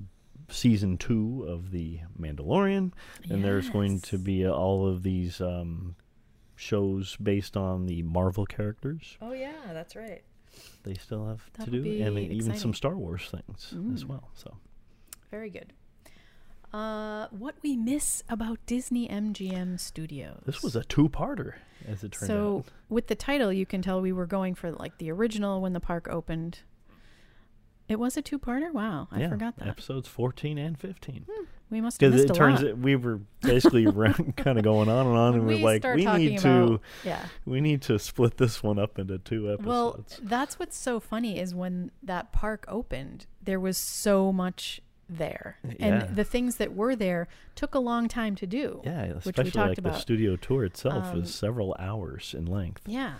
[SPEAKER 4] season two of the Mandalorian, and there's going to
[SPEAKER 1] Yes.
[SPEAKER 4] be uh, all of these um, shows based on the Marvel characters.
[SPEAKER 1] Oh yeah, that's right.
[SPEAKER 4] They still have
[SPEAKER 1] That
[SPEAKER 4] to
[SPEAKER 1] would
[SPEAKER 4] do, and
[SPEAKER 1] be
[SPEAKER 4] then even
[SPEAKER 1] exciting.
[SPEAKER 4] some Star Wars things as
[SPEAKER 1] Mm.
[SPEAKER 4] well. So
[SPEAKER 1] Very good. Uh, what we miss about Disney MGM Studios?
[SPEAKER 4] this was a two-parter, as it turned
[SPEAKER 1] so
[SPEAKER 4] out.
[SPEAKER 1] with the title you can tell we were going for like the original when the park opened it was a two-parter wow i
[SPEAKER 4] Yeah,
[SPEAKER 1] forgot that
[SPEAKER 4] episodes fourteen and fifteen.
[SPEAKER 1] we must have
[SPEAKER 4] Because
[SPEAKER 1] missed
[SPEAKER 4] it
[SPEAKER 1] a
[SPEAKER 4] turns,
[SPEAKER 1] lot.
[SPEAKER 4] it, we were basically kind of going on and on, and
[SPEAKER 1] we
[SPEAKER 4] we're like,
[SPEAKER 1] start
[SPEAKER 4] we
[SPEAKER 1] talking
[SPEAKER 4] need
[SPEAKER 1] about,
[SPEAKER 4] to,
[SPEAKER 1] yeah
[SPEAKER 4] we need to split this one up into two episodes.
[SPEAKER 1] well uh, that's what's so funny is when that park opened there was so much there
[SPEAKER 4] Yeah.
[SPEAKER 1] and the things that were there took a long time to do
[SPEAKER 4] Yeah,
[SPEAKER 1] which we
[SPEAKER 4] especially
[SPEAKER 1] talked
[SPEAKER 4] like
[SPEAKER 1] about
[SPEAKER 4] the studio tour itself
[SPEAKER 1] Um,
[SPEAKER 4] is several hours in length.
[SPEAKER 1] Yeah.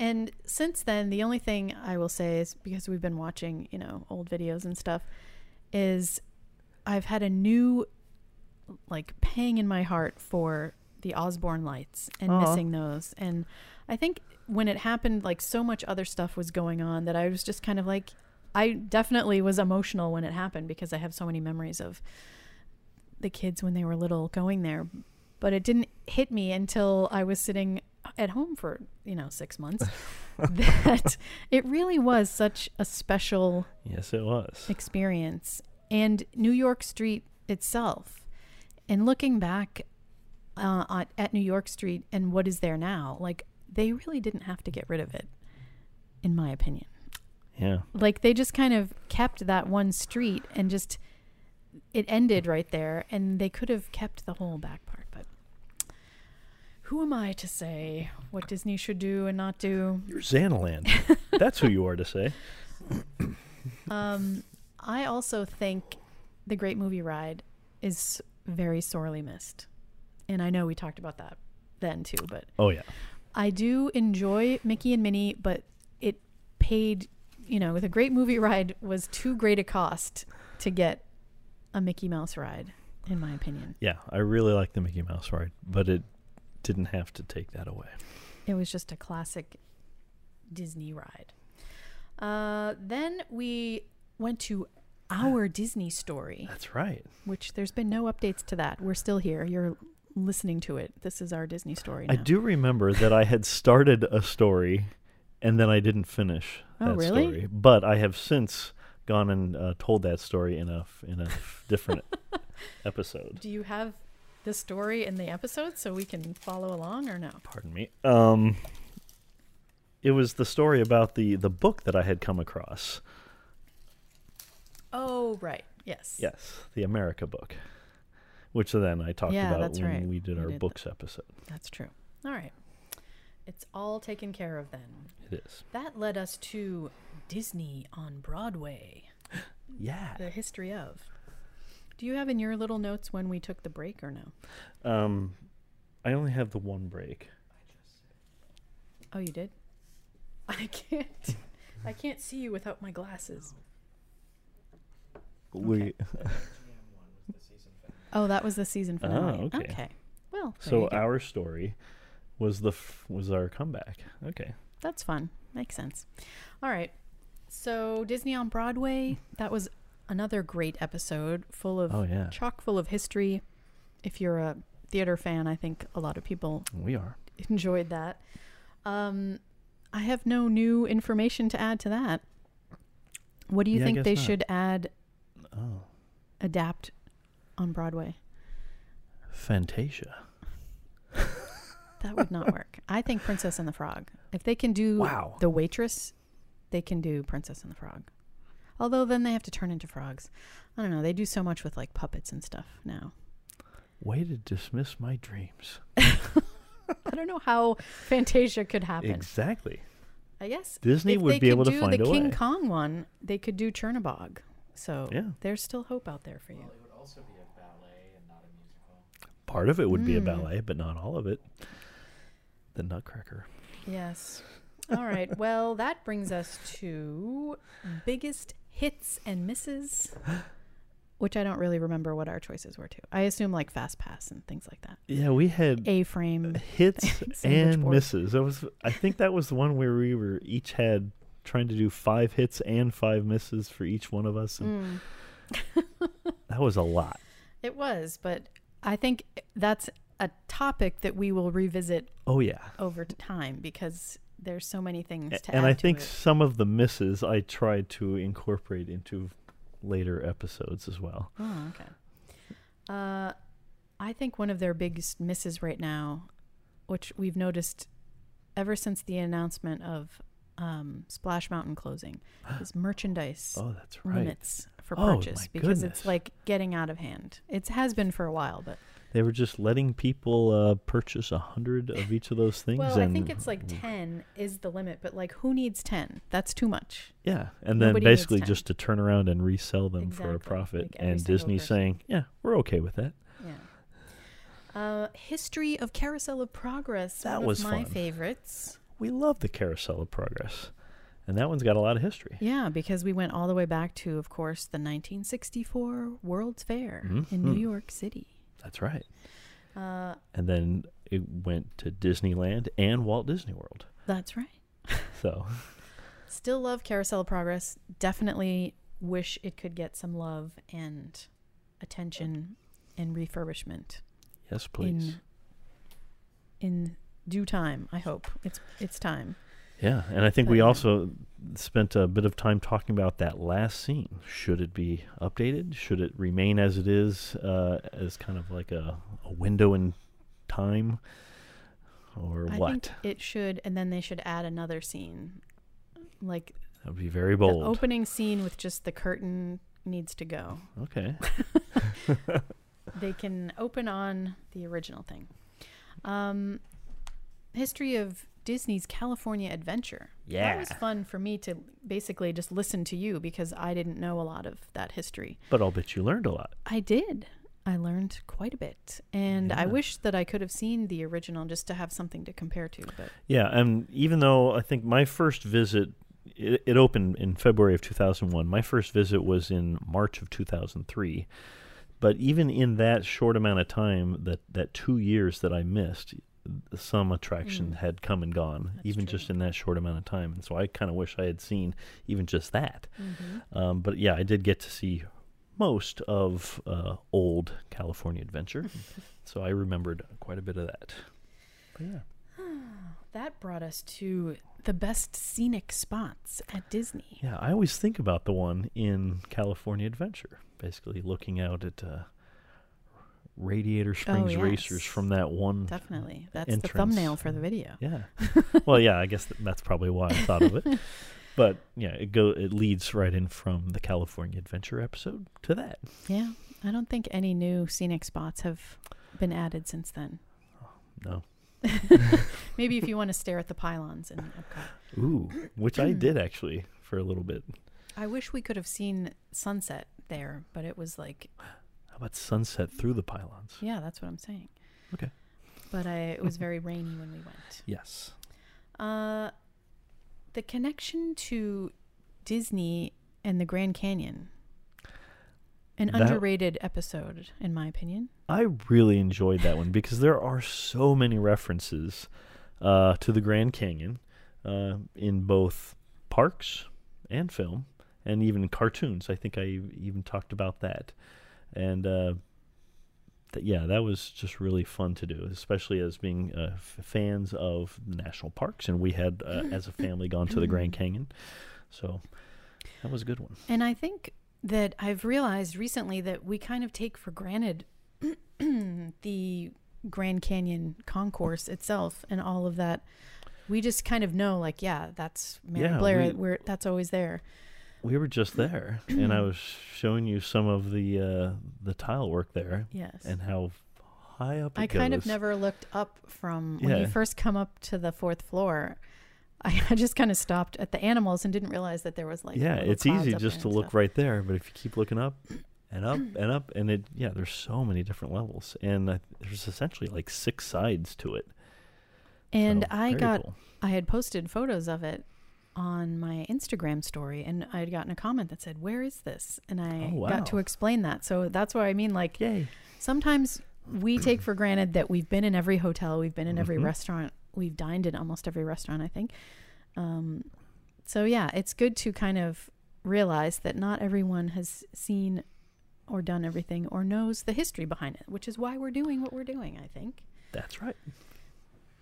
[SPEAKER 1] And since then, the only thing I will say is because we've been watching, you know, old videos and stuff, is I've had a new, like, pang in my heart for the Osborne lights and
[SPEAKER 4] Aw.
[SPEAKER 1] missing those. And I think when it happened, like, so much other stuff was going on that I was just kind of like, I definitely was emotional when it happened because I have so many memories of the kids when they were little going there but it didn't hit me until I was sitting at home for, you know, six months that it really was such a special
[SPEAKER 4] Yes, it was.
[SPEAKER 1] experience. And New York Street itself, and looking back uh, at, at New York Street and what is there now, like they really didn't have to get rid of it, in my opinion
[SPEAKER 4] Yeah.
[SPEAKER 1] like they just kind of kept that one street and just it ended right there and they could have kept the whole back part but who am i to say what disney should do and not do
[SPEAKER 4] You're Xanaland. That's who you are to say.
[SPEAKER 1] um i also think the great movie ride is very sorely missed and i know we talked about that then too but
[SPEAKER 4] Oh, yeah.
[SPEAKER 1] I do enjoy Mickey and Minnie, but it paid, you know, the great movie ride was too great a cost to get a Mickey Mouse ride. in my opinion.
[SPEAKER 4] Yeah, I really like the Mickey Mouse ride, but it didn't have to take that away.
[SPEAKER 1] It was just a classic Disney ride. Uh, then we went to our Disney story,
[SPEAKER 4] That's right.
[SPEAKER 1] which there's been no updates to that. We're still here. You're listening to it. This is our Disney story.
[SPEAKER 4] I
[SPEAKER 1] now.
[SPEAKER 4] do remember that I had started a story and then I didn't finish
[SPEAKER 1] Oh,
[SPEAKER 4] that
[SPEAKER 1] really?
[SPEAKER 4] story. But I have since gone and uh, told that story in a f- in a f- different episode.
[SPEAKER 1] Do you have the story in the episode so we can follow along or no?
[SPEAKER 4] Pardon me. Um, it was the story about the the book that I had come across.
[SPEAKER 1] Oh, right. Yes.
[SPEAKER 4] Yes, the America book, which then I talked
[SPEAKER 1] Yeah,
[SPEAKER 4] about
[SPEAKER 1] that's
[SPEAKER 4] when
[SPEAKER 1] right.
[SPEAKER 4] we did
[SPEAKER 1] We
[SPEAKER 4] our
[SPEAKER 1] did that.
[SPEAKER 4] books episode.
[SPEAKER 1] That's true. All right. It's all taken care of then.
[SPEAKER 4] It is.
[SPEAKER 1] That led us to Disney on Broadway,
[SPEAKER 4] Yeah.
[SPEAKER 1] the history of. Do you have in your little notes when we took the break or no?
[SPEAKER 4] Um, I only have the one break.
[SPEAKER 1] Oh, you did? I can't. I can't see you without my glasses.
[SPEAKER 4] We
[SPEAKER 1] Oh, that was the season finale.
[SPEAKER 4] okay.
[SPEAKER 1] Well, there you
[SPEAKER 4] So
[SPEAKER 1] go.
[SPEAKER 4] our story was the f- was our comeback. Okay.
[SPEAKER 1] That's fun. Makes sense. All right. So Disney on Broadway, that was another great episode full of
[SPEAKER 4] Oh, yeah.
[SPEAKER 1] chock full of history. If you're a theater fan, I think a lot of people
[SPEAKER 4] We are.
[SPEAKER 1] enjoyed that. Um, I have no new information to add to that. What do you
[SPEAKER 4] Yeah, I
[SPEAKER 1] think
[SPEAKER 4] guess
[SPEAKER 1] they
[SPEAKER 4] not.
[SPEAKER 1] should add
[SPEAKER 4] Oh,
[SPEAKER 1] adapt on Broadway?
[SPEAKER 4] Fantasia.
[SPEAKER 1] That would not work. I think Princess and the Frog. If they can do
[SPEAKER 4] Wow.
[SPEAKER 1] the waitress, they can do Princess and the Frog. Although then they have to turn into frogs. I don't know. They do so much with like puppets and stuff now.
[SPEAKER 4] Way to dismiss my dreams.
[SPEAKER 1] I don't know how Fantasia could happen.
[SPEAKER 4] Exactly.
[SPEAKER 1] I guess
[SPEAKER 4] Disney
[SPEAKER 1] if
[SPEAKER 4] would
[SPEAKER 1] they
[SPEAKER 4] be
[SPEAKER 1] could
[SPEAKER 4] able to
[SPEAKER 1] do
[SPEAKER 4] find
[SPEAKER 1] the
[SPEAKER 4] a
[SPEAKER 1] King
[SPEAKER 4] way.
[SPEAKER 1] Kong one. They could do Chernabog. So
[SPEAKER 4] Yeah.
[SPEAKER 1] there's still hope out there for you.
[SPEAKER 4] Part of it would be
[SPEAKER 1] Hmm.
[SPEAKER 4] a ballet, but not all of it. The Nutcracker.
[SPEAKER 1] Yes. All right. Well, that brings us to biggest hits and misses, which I don't really remember what our choices were to. I assume like Fast Pass and things like that.
[SPEAKER 4] Yeah, we had
[SPEAKER 1] A frame.
[SPEAKER 4] hits
[SPEAKER 1] Sandwich
[SPEAKER 4] and
[SPEAKER 1] board.
[SPEAKER 4] misses. That was I think that was the one where we were each had trying to do five hits and five misses for each one of us.
[SPEAKER 1] Mm.
[SPEAKER 4] And that was a lot.
[SPEAKER 1] It was, but I think that's a topic that we will revisit
[SPEAKER 4] Oh yeah.
[SPEAKER 1] over time because there's so many things
[SPEAKER 4] A-
[SPEAKER 1] to
[SPEAKER 4] and
[SPEAKER 1] add
[SPEAKER 4] I
[SPEAKER 1] to
[SPEAKER 4] think
[SPEAKER 1] it.
[SPEAKER 4] some of the misses I tried to incorporate into later episodes as well.
[SPEAKER 1] Oh, okay. Uh, I think one of their biggest misses right now, which we've noticed ever since the announcement of um, Splash Mountain closing, is merchandise
[SPEAKER 4] Oh, that's right.
[SPEAKER 1] limits for
[SPEAKER 4] Oh, my
[SPEAKER 1] purchase because it's
[SPEAKER 4] goodness.
[SPEAKER 1] like getting out of hand. It has been for a while, but
[SPEAKER 4] They were just letting people uh, purchase a hundred of each of those things.
[SPEAKER 1] well, I
[SPEAKER 4] and
[SPEAKER 1] think it's like ten is the limit, but like who needs ten? That's too much.
[SPEAKER 4] yeah, and then
[SPEAKER 1] nobody needs
[SPEAKER 4] basically
[SPEAKER 1] 10.
[SPEAKER 4] just to turn around and resell them for a
[SPEAKER 1] Exactly,
[SPEAKER 4] profit,
[SPEAKER 1] like every
[SPEAKER 4] and
[SPEAKER 1] single
[SPEAKER 4] Disney
[SPEAKER 1] person.
[SPEAKER 4] saying, "Yeah, we're okay with that."
[SPEAKER 1] Yeah. Uh, History of Carousel of Progress.
[SPEAKER 4] That
[SPEAKER 1] one
[SPEAKER 4] was
[SPEAKER 1] of my
[SPEAKER 4] fun.
[SPEAKER 1] favorites.
[SPEAKER 4] We love the Carousel of Progress, and that one's got a lot of history.
[SPEAKER 1] Yeah, because we went all the way back to, of course, the 1964 World's Fair in
[SPEAKER 4] Mm-hmm.
[SPEAKER 1] New York City. Uh,
[SPEAKER 4] That's right. and then it went to Disneyland and Walt Disney World.
[SPEAKER 1] That's right.
[SPEAKER 4] So
[SPEAKER 1] Still love Carousel of Progress. Definitely wish it could get some love and attention and refurbishment
[SPEAKER 4] yes, please.
[SPEAKER 1] in due time. I hope it's it's time.
[SPEAKER 4] Yeah, and I think
[SPEAKER 1] But
[SPEAKER 4] we
[SPEAKER 1] yeah.
[SPEAKER 4] also spent a bit of time talking about that last scene. Should it be updated? Should it remain as it is, uh, as kind of like a, a window in time, or
[SPEAKER 1] I
[SPEAKER 4] what?
[SPEAKER 1] think it should, and then they should add another scene, like
[SPEAKER 4] That would be very
[SPEAKER 1] the
[SPEAKER 4] bold.
[SPEAKER 1] opening scene with just the curtain needs to go.
[SPEAKER 4] okay,
[SPEAKER 1] they can open on the original thing. Um, history of Disney's California Adventure. that was
[SPEAKER 4] Yeah.
[SPEAKER 1] fun for me to basically just listen to you because I didn't know a lot of that history.
[SPEAKER 4] but I'll bet you learned a lot.
[SPEAKER 1] I did. I learned quite a bit, and I wish that I could have seen the original just to have something to compare to. But
[SPEAKER 4] Yeah, and even though I think my first visit, it, it opened in February of 2001. My first visit was in March of 2003 But even in that short amount of time, that, that two years that I missed, some attraction had come and gone, even just in that short amount of time. And so I kind of wish I had seen even just that. Um, but yeah, I did get to see most of uh, old California Adventure. so I remembered quite a bit of that. But yeah.
[SPEAKER 1] That brought us to the best scenic spots at Disney.
[SPEAKER 4] Yeah, I always think about the one in California Adventure, basically looking out at uh, Radiator Springs Racers
[SPEAKER 1] yes.
[SPEAKER 4] from that one.
[SPEAKER 1] Definitely. That's
[SPEAKER 4] entrance.
[SPEAKER 1] the thumbnail for the video.
[SPEAKER 4] Yeah. well, yeah, I guess that, that's probably why I thought of it. But yeah, it go it leads right in from the California Adventure episode to that.
[SPEAKER 1] Yeah. I don't think any new scenic spots have been added since then.
[SPEAKER 4] No.
[SPEAKER 1] Maybe if you want to stare at the pylons in Epcot.
[SPEAKER 4] Ooh, which I did actually for a little bit.
[SPEAKER 1] I wish we could have seen sunset there, but it was like,
[SPEAKER 4] How about sunset through the pylons?
[SPEAKER 1] yeah, that's what I'm saying.
[SPEAKER 4] Okay.
[SPEAKER 1] But I, it was very rainy when we went.
[SPEAKER 4] Yes.
[SPEAKER 1] Uh, the connection to Disney and the Grand Canyon. An
[SPEAKER 4] That-
[SPEAKER 1] underrated episode, in my opinion.
[SPEAKER 4] I really enjoyed that one because there are so many references uh, to the Grand Canyon uh, in both parks and film, and even in cartoons. I think I e-, even talked about that, and uh, th- yeah, that was just really fun to do, especially as being uh, f- fans of national parks, and we had uh, as a family gone to the Grand Canyon, so that was a good one.
[SPEAKER 1] And I think that I've realized recently that we kind of take for granted the Grand Canyon concourse itself and all of that. We just kind of know, like, yeah, that's Mary
[SPEAKER 4] Yeah,
[SPEAKER 1] Blair.
[SPEAKER 4] we-
[SPEAKER 1] we're, that's always there.
[SPEAKER 4] We were just there, and I was showing you some of the uh, the tile work there,
[SPEAKER 1] Yes.
[SPEAKER 4] and how high up it
[SPEAKER 1] I kind of
[SPEAKER 4] goes.
[SPEAKER 1] never looked up from when you
[SPEAKER 4] Yeah.
[SPEAKER 1] first come up to the fourth floor. I, I just kind of stopped at the animals and didn't realize that there was like
[SPEAKER 4] Yeah,
[SPEAKER 1] little
[SPEAKER 4] it's
[SPEAKER 1] clouds
[SPEAKER 4] easy
[SPEAKER 1] up
[SPEAKER 4] just
[SPEAKER 1] there
[SPEAKER 4] to
[SPEAKER 1] and
[SPEAKER 4] look
[SPEAKER 1] stuff.
[SPEAKER 4] right there, but if you keep looking up and up and up, and it yeah, there's so many different levels, and uh, there's essentially like six sides to it.
[SPEAKER 1] And
[SPEAKER 4] So,
[SPEAKER 1] I
[SPEAKER 4] oh, very
[SPEAKER 1] got
[SPEAKER 4] cool.
[SPEAKER 1] I had posted photos of it on my Instagram story and I had gotten a comment that said, Where is this? And I
[SPEAKER 4] Oh,
[SPEAKER 1] got to
[SPEAKER 4] wow.
[SPEAKER 1] explain that. So that's what I mean like sometimes we take for granted that we've been in every hotel, we've been in every restaurant, we've dined in almost every restaurant, I think. Um, so yeah, it's good to kind of realize that not everyone has seen or done everything or knows the history behind it, which is why we're doing what we're doing, I think.
[SPEAKER 4] That's right.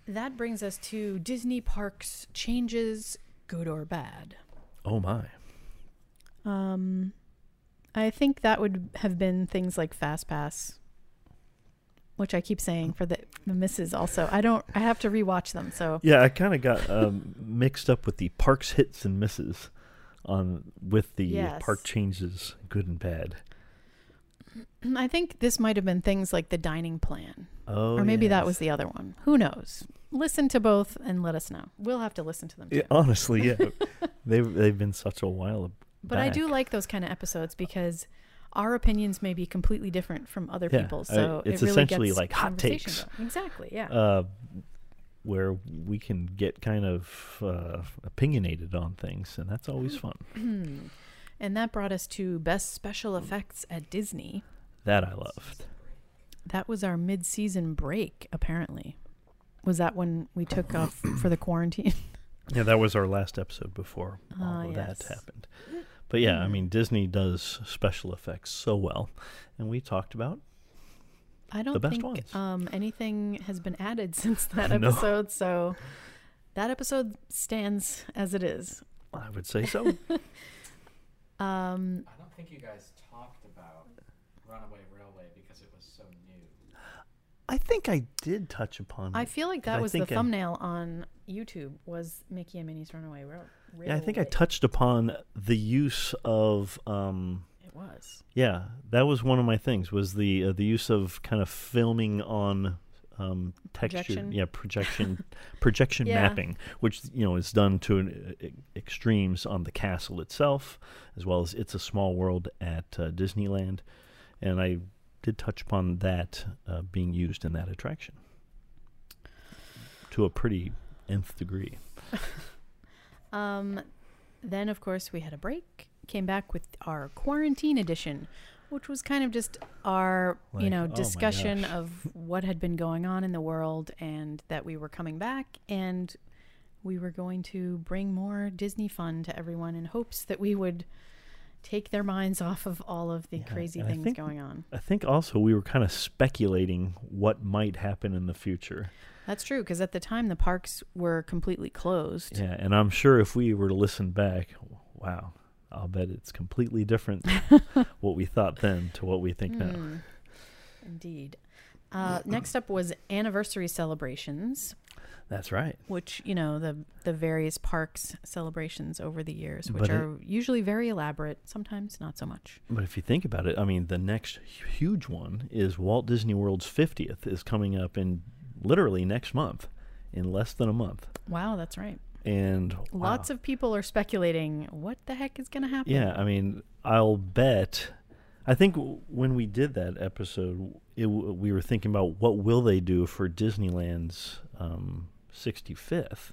[SPEAKER 1] That brings us to Disney parks changes, good or bad.
[SPEAKER 4] Oh my.
[SPEAKER 1] Um, I think that would have been things like Fast Pass, which I keep saying for the, the misses. Also, I don't. I have to rewatch them. So
[SPEAKER 4] Yeah, I kind of got um, mixed up with the parks hits and misses on with the
[SPEAKER 1] Yes.
[SPEAKER 4] park changes, good and bad.
[SPEAKER 1] I think this might have been things like the dining plan,
[SPEAKER 4] Oh,
[SPEAKER 1] or maybe that
[SPEAKER 4] yes.
[SPEAKER 1] was the other one. Who knows? Listen to both and let us know. We'll have to listen to them too.
[SPEAKER 4] Yeah, honestly, yeah. they've they've been such a while.
[SPEAKER 1] But I do like those kind of episodes because our opinions may be completely different from other
[SPEAKER 4] Yeah,
[SPEAKER 1] people's.
[SPEAKER 4] I-
[SPEAKER 1] So
[SPEAKER 4] it's
[SPEAKER 1] it really
[SPEAKER 4] essentially
[SPEAKER 1] gets
[SPEAKER 4] like hot
[SPEAKER 1] conversation
[SPEAKER 4] takes.
[SPEAKER 1] going. Exactly. Yeah.
[SPEAKER 4] uh, where we can get kind of uh, opinionated on things, and that's always fun. Uh,
[SPEAKER 1] and that brought us to best
[SPEAKER 4] Mm.
[SPEAKER 1] special effects at Disney.
[SPEAKER 4] That I loved.
[SPEAKER 1] That was our mid-season break. Apparently, was that when we took off for the quarantine?
[SPEAKER 4] Yeah, that was our last episode before all
[SPEAKER 1] Ah,
[SPEAKER 4] of
[SPEAKER 1] yes. Mm-hmm.
[SPEAKER 4] that happened. But yeah, I mean Disney does special effects so well, and we talked about
[SPEAKER 1] I don't
[SPEAKER 4] best
[SPEAKER 1] think
[SPEAKER 4] ones.
[SPEAKER 1] Um, anything has been added since that
[SPEAKER 4] No.
[SPEAKER 1] episode. So that episode stands as it is.
[SPEAKER 4] I would say so.
[SPEAKER 1] Um,
[SPEAKER 5] I don't think you guys talked about Runaway Railway because it was so new.
[SPEAKER 4] I think I did touch upon.
[SPEAKER 1] I feel like
[SPEAKER 4] 'cause
[SPEAKER 1] that
[SPEAKER 4] I
[SPEAKER 1] was the
[SPEAKER 4] think uh, I-
[SPEAKER 1] thumbnail on YouTube was Mickey and Minnie's Runaway Rail.
[SPEAKER 4] Yeah, I think I
[SPEAKER 1] Railway.
[SPEAKER 4] touched upon the use of um,
[SPEAKER 1] It was.
[SPEAKER 4] Yeah, that was one of my things was the uh, the use of kind of filming on um, texture,
[SPEAKER 1] Projection?
[SPEAKER 4] yeah, projection, projection
[SPEAKER 1] Yeah.
[SPEAKER 4] mapping, which you know is done to an, e- extremes on the castle itself, as well as it's a small world at uh, Disneyland, and I did touch upon that uh, being used in that attraction to a pretty nth degree.
[SPEAKER 1] Um, then, of course, we had a break, came back with our quarantine edition, which was kind of just our you
[SPEAKER 4] Like,
[SPEAKER 1] know
[SPEAKER 4] oh my
[SPEAKER 1] discussion
[SPEAKER 4] gosh.
[SPEAKER 1] of what had been going on in the world and that we were coming back and we were going to bring more disney fun to everyone in hopes that we would take their minds off of all of the crazy
[SPEAKER 4] and I
[SPEAKER 1] things
[SPEAKER 4] think-
[SPEAKER 1] going on
[SPEAKER 4] I think also we were kind of speculating what might happen in the future.
[SPEAKER 1] that's true because at the time the parks were completely closed
[SPEAKER 4] Yeah, and I'm sure if we were to listen back, wow, I'll bet it's completely different what we thought then to what we think
[SPEAKER 1] Hmm.
[SPEAKER 4] now.
[SPEAKER 1] indeed uh, next up was anniversary celebrations
[SPEAKER 4] That's right.
[SPEAKER 1] which you know the the various parks celebrations over the years which
[SPEAKER 4] But it-
[SPEAKER 1] are usually very elaborate sometimes not so much
[SPEAKER 4] But if you think about it, I mean, the next hu- huge one is Walt Disney World's 50th is coming up in literally next month, in less than a month.
[SPEAKER 1] wow that's right
[SPEAKER 4] And
[SPEAKER 1] lots of people are speculating what the heck is going to happen
[SPEAKER 4] Yeah, I mean, I'll bet. I think w- when we did that episode, it, w- we were thinking about what will they do for Disneyland's um, 65th,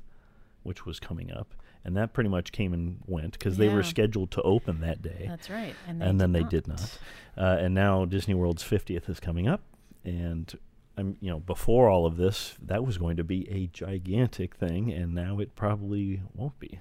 [SPEAKER 4] which was coming up, and that pretty much came and went because they were
[SPEAKER 1] Yeah.
[SPEAKER 4] scheduled to open that day,
[SPEAKER 1] that's right and,
[SPEAKER 4] and then they did not. Uh, and now Disney World's 50th is coming up, and I'm you know before all of this, that was going to be a gigantic thing, and now it probably won't be.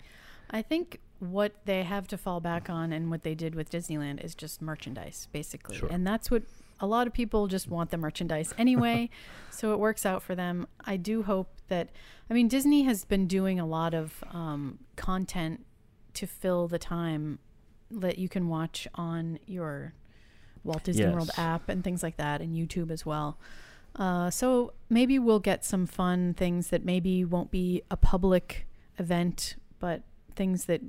[SPEAKER 1] i think what they have to fall back on and what they did with disneyland is just merchandise basically
[SPEAKER 4] Sure.
[SPEAKER 1] and that's what a lot of people just want the merchandise anyway so it works out for them i do hope that i mean disney has been doing a lot of um, content to fill the time that you can watch on your Walt Disney World
[SPEAKER 4] Yes.
[SPEAKER 1] app and things like that, and YouTube as well. Uh, so maybe we'll get some fun things that maybe won't be a public event, but things that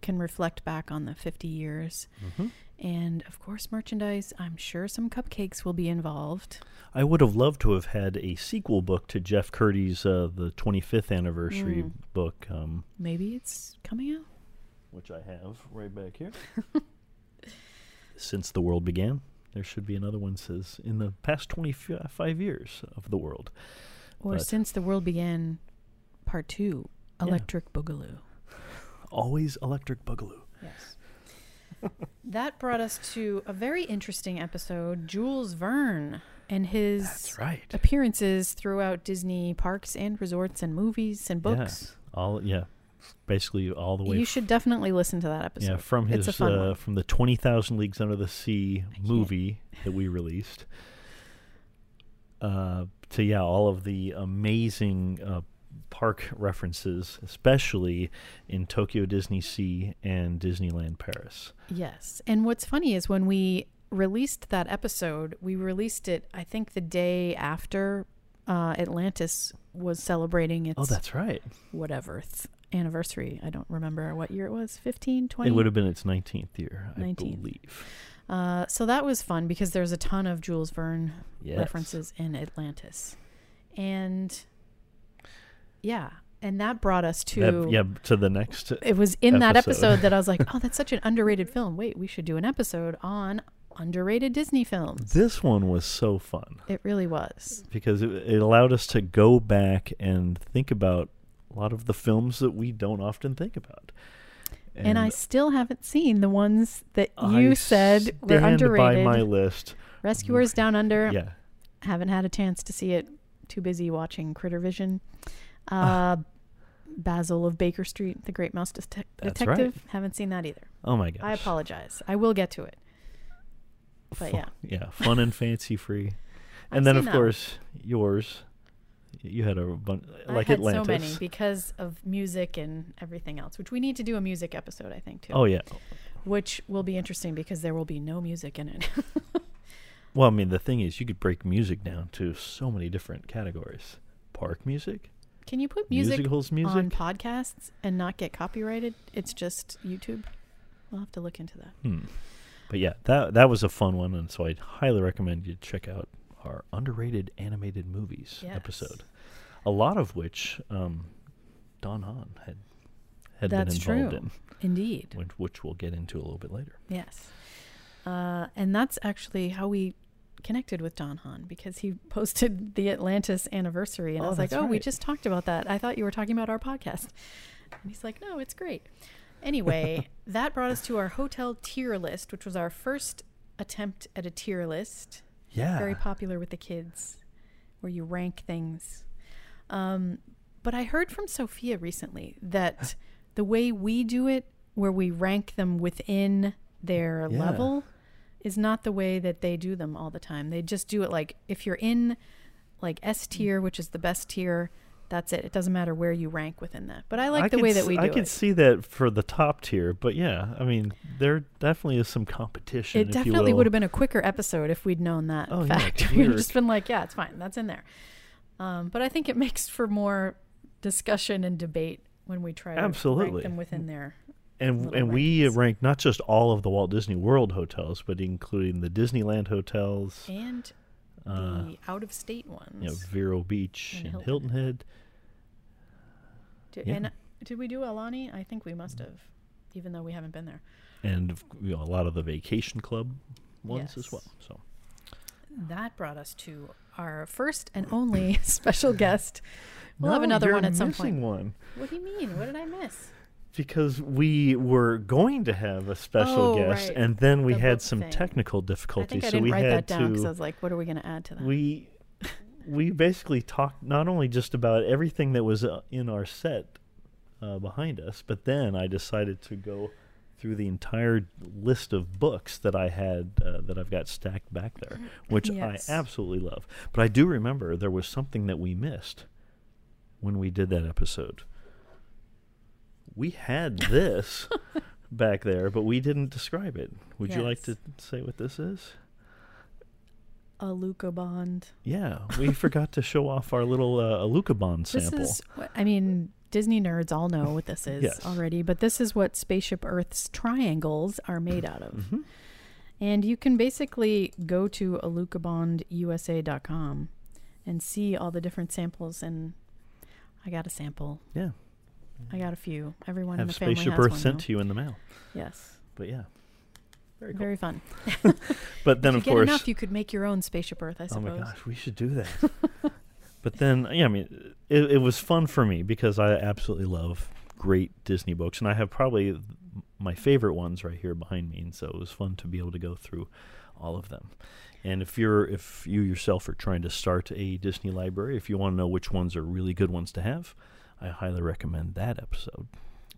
[SPEAKER 1] can reflect back on the 50 years.
[SPEAKER 4] Mm-hmm.
[SPEAKER 1] And of course, merchandise. I'm sure some cupcakes will be involved.
[SPEAKER 4] I would have loved to have had a sequel book to Jeff Curdy's uh, the 25th anniversary book, um,
[SPEAKER 1] Maybe it's coming out.
[SPEAKER 4] which I have right back here. Since the world began, there should be another one says in the past 25 years of the world.
[SPEAKER 1] Or
[SPEAKER 4] But-
[SPEAKER 1] Since the World Began, Part 2
[SPEAKER 4] Yeah.
[SPEAKER 1] Electric Boogaloo.
[SPEAKER 4] Always electric boogaloo.
[SPEAKER 1] Yes. that brought us to a very interesting episode Jules Verne and his
[SPEAKER 4] right.
[SPEAKER 1] appearances throughout Disney parks and resorts and movies and books.
[SPEAKER 4] Yeah. All yeah. Basically all the way
[SPEAKER 1] You
[SPEAKER 4] f-
[SPEAKER 1] should definitely listen to that episode.
[SPEAKER 4] yeah, from
[SPEAKER 1] It's
[SPEAKER 4] his
[SPEAKER 1] a fun
[SPEAKER 4] uh,
[SPEAKER 1] one.
[SPEAKER 4] from the 20,000 Leagues Under the Sea movie that we released. Uh, to yeah, all of the amazing uh, park references, especially in Tokyo Disney Sea and Disneyland Paris.
[SPEAKER 1] Yes. And what's funny is when we released that episode, we released it, I think, the day after uh, Atlantis was celebrating its
[SPEAKER 4] Oh, that's right.
[SPEAKER 1] whatever th- anniversary. I don't remember what year it was 15, 20.
[SPEAKER 4] It would have been its 19th year, I
[SPEAKER 1] 19th.
[SPEAKER 4] believe.
[SPEAKER 1] Uh, so that was fun because there's a ton of Jules Verne
[SPEAKER 4] Yes.
[SPEAKER 1] references in Atlantis, and yeah, and that brought us to
[SPEAKER 4] That- yeah, to the next.
[SPEAKER 1] It was in that
[SPEAKER 4] Episode.
[SPEAKER 1] episode that I was like, oh, that's such an underrated film. Wait, we should do an episode on underrated Disney films.
[SPEAKER 4] This one was so fun.
[SPEAKER 1] It really was.
[SPEAKER 4] because it, it allowed us to go back and think about a lot of the films that we don't often think about.
[SPEAKER 1] And, I still haven't seen the ones that
[SPEAKER 4] I
[SPEAKER 1] you said were
[SPEAKER 4] stand
[SPEAKER 1] underrated.
[SPEAKER 4] by my list.
[SPEAKER 1] Rescuers Down Under.
[SPEAKER 4] Yeah,
[SPEAKER 1] Haven't had a chance to see it. Too busy watching Critter Vision. Uh,
[SPEAKER 4] Ah.
[SPEAKER 1] Basil of Baker Street, The Great Mouse Detec-
[SPEAKER 4] That's right.
[SPEAKER 1] Detective. Haven't seen that either.
[SPEAKER 4] Oh my gosh.
[SPEAKER 1] I apologize. I will get to it. But yeah.
[SPEAKER 4] Yeah, fun and fancy free.
[SPEAKER 1] I've
[SPEAKER 4] And then
[SPEAKER 1] seen
[SPEAKER 4] of
[SPEAKER 1] that one.
[SPEAKER 4] course yours. You had a bunch like
[SPEAKER 1] I had
[SPEAKER 4] Atlantis.
[SPEAKER 1] so many because of music and everything else, which we need to do a music episode, I think, too.
[SPEAKER 4] oh yeah.
[SPEAKER 1] Which will be interesting because there will be no music in it.
[SPEAKER 4] Well, I mean, the thing is, you could break music down to so many different categories. Park music.
[SPEAKER 1] Can you put music,
[SPEAKER 4] Musicals,
[SPEAKER 1] on
[SPEAKER 4] music?
[SPEAKER 1] podcasts and not get copyrighted? It's just YouTube. We'll have to look into that.
[SPEAKER 4] Hmm. But yeah, that that was a fun one, and so I highly recommend you check out our underrated animated movies
[SPEAKER 1] Yes.
[SPEAKER 4] episode. A lot of which um, Don Hahn had had
[SPEAKER 1] That's
[SPEAKER 4] been
[SPEAKER 1] true.
[SPEAKER 4] involved
[SPEAKER 1] Indeed.
[SPEAKER 4] in, which, which we'll get into a little bit later.
[SPEAKER 1] Yes. Uh, and that's actually how we connected with Don Hahn because he posted the Atlantis anniversary. And I
[SPEAKER 4] Oh,
[SPEAKER 1] was like,
[SPEAKER 4] that's
[SPEAKER 1] oh, we
[SPEAKER 4] right.
[SPEAKER 1] just talked about that. I thought you were talking about our podcast. And he's like, no, it's great. Anyway, that brought us to our hotel tier list, which was our first attempt at a tier list.
[SPEAKER 4] Yeah.
[SPEAKER 1] Very popular with the kids, where you rank things. Um, but I heard from Sophia recently that the way we do it, where we rank them within their
[SPEAKER 4] Yeah.
[SPEAKER 1] level, is not the way that they do them all the time. They just do it like if you're in like S tier, which is the best tier, that's it. It doesn't matter where you rank within that. But I like
[SPEAKER 4] I
[SPEAKER 1] the
[SPEAKER 4] could
[SPEAKER 1] way that
[SPEAKER 4] s-
[SPEAKER 1] we do
[SPEAKER 4] I
[SPEAKER 1] it.
[SPEAKER 4] could see that for the top tier, but yeah, I mean, there definitely is some competition.
[SPEAKER 1] It
[SPEAKER 4] if
[SPEAKER 1] definitely
[SPEAKER 4] you will.
[SPEAKER 1] would have been a quicker episode if we'd known that
[SPEAKER 4] Oh, yeah,
[SPEAKER 1] fact. We'd
[SPEAKER 4] dear.
[SPEAKER 1] just been like, yeah, it's fine. That's in there. Um, but I think it makes for more discussion and debate when we try to
[SPEAKER 4] Absolutely.
[SPEAKER 1] rank them within there.
[SPEAKER 4] and
[SPEAKER 1] little
[SPEAKER 4] and we
[SPEAKER 1] rankings.
[SPEAKER 4] rank not just all of the Walt Disney World hotels, but including the Disneyland hotels,
[SPEAKER 1] And
[SPEAKER 4] Uh,
[SPEAKER 1] the out of state ones.
[SPEAKER 4] you know, Vero Beach
[SPEAKER 1] And
[SPEAKER 4] and,
[SPEAKER 1] Hilton
[SPEAKER 4] Hilton Head.
[SPEAKER 1] Do-
[SPEAKER 4] yeah.
[SPEAKER 1] And uh, did we do Alani? I think we must have, even though we haven't been there.
[SPEAKER 4] and of c- you know, a lot of the vacation club ones as well.
[SPEAKER 1] Yes.
[SPEAKER 4] So
[SPEAKER 1] That brought us to our first and only special guest. We'll have
[SPEAKER 4] No,
[SPEAKER 1] another
[SPEAKER 4] you're
[SPEAKER 1] one at some point.
[SPEAKER 4] missing One
[SPEAKER 1] What do you mean? What did I miss?
[SPEAKER 4] because we were going to have a special
[SPEAKER 1] Oh,
[SPEAKER 4] guest,
[SPEAKER 1] right.
[SPEAKER 4] and then we
[SPEAKER 1] The
[SPEAKER 4] had
[SPEAKER 1] book
[SPEAKER 4] some
[SPEAKER 1] thing.
[SPEAKER 4] technical
[SPEAKER 1] I
[SPEAKER 4] difficulties,
[SPEAKER 1] think I
[SPEAKER 4] so
[SPEAKER 1] didn't
[SPEAKER 4] we
[SPEAKER 1] write that
[SPEAKER 4] had
[SPEAKER 1] down because
[SPEAKER 4] to
[SPEAKER 1] I was like, what are we going to add to that?
[SPEAKER 4] we we basically talked not only just about everything that was uh, in our set uh, behind us, but then I decided to go through the entire list of books that I had uh, that I've got stacked back there, which
[SPEAKER 1] Mm-hmm. Yes.
[SPEAKER 4] I absolutely love. But I do remember there was something that we missed when we did that episode. We had this back there, but we didn't describe it. Would you like
[SPEAKER 1] Yes.
[SPEAKER 4] to say what this is?
[SPEAKER 1] a Luca Bond.
[SPEAKER 4] Yeah, we forgot to show off our little uh, Alucabon sample.
[SPEAKER 1] This is, what- I mean, Disney nerds all know what this is
[SPEAKER 4] Yes.
[SPEAKER 1] already, but this is what Spaceship Earth's triangles are made out of.
[SPEAKER 4] Mm-hmm.
[SPEAKER 1] And you can basically go to alucabondusa.com and see all the different samples. And I got a sample.
[SPEAKER 4] yeah,
[SPEAKER 1] I got a few. Everyone in
[SPEAKER 4] have
[SPEAKER 1] the family
[SPEAKER 4] Spaceship
[SPEAKER 1] has
[SPEAKER 4] Earth
[SPEAKER 1] one
[SPEAKER 4] sent
[SPEAKER 1] now.
[SPEAKER 4] to you in the mail.
[SPEAKER 1] Yes,
[SPEAKER 4] But yeah, very cool.
[SPEAKER 1] very fun.
[SPEAKER 4] but
[SPEAKER 1] if
[SPEAKER 4] then
[SPEAKER 1] you
[SPEAKER 4] of
[SPEAKER 1] get
[SPEAKER 4] course,
[SPEAKER 1] enough, you could make your own Spaceship Earth. I
[SPEAKER 4] oh
[SPEAKER 1] suppose.
[SPEAKER 4] my gosh, we should do that. but then, yeah, I mean, it, it was fun for me because I absolutely love great Disney books, and I have probably th- my favorite ones right here behind me, and so it was fun to be able to go through all of them. And if you're if you yourself are trying to start a Disney library, if you want to know which ones are really good ones to have, I highly recommend that episode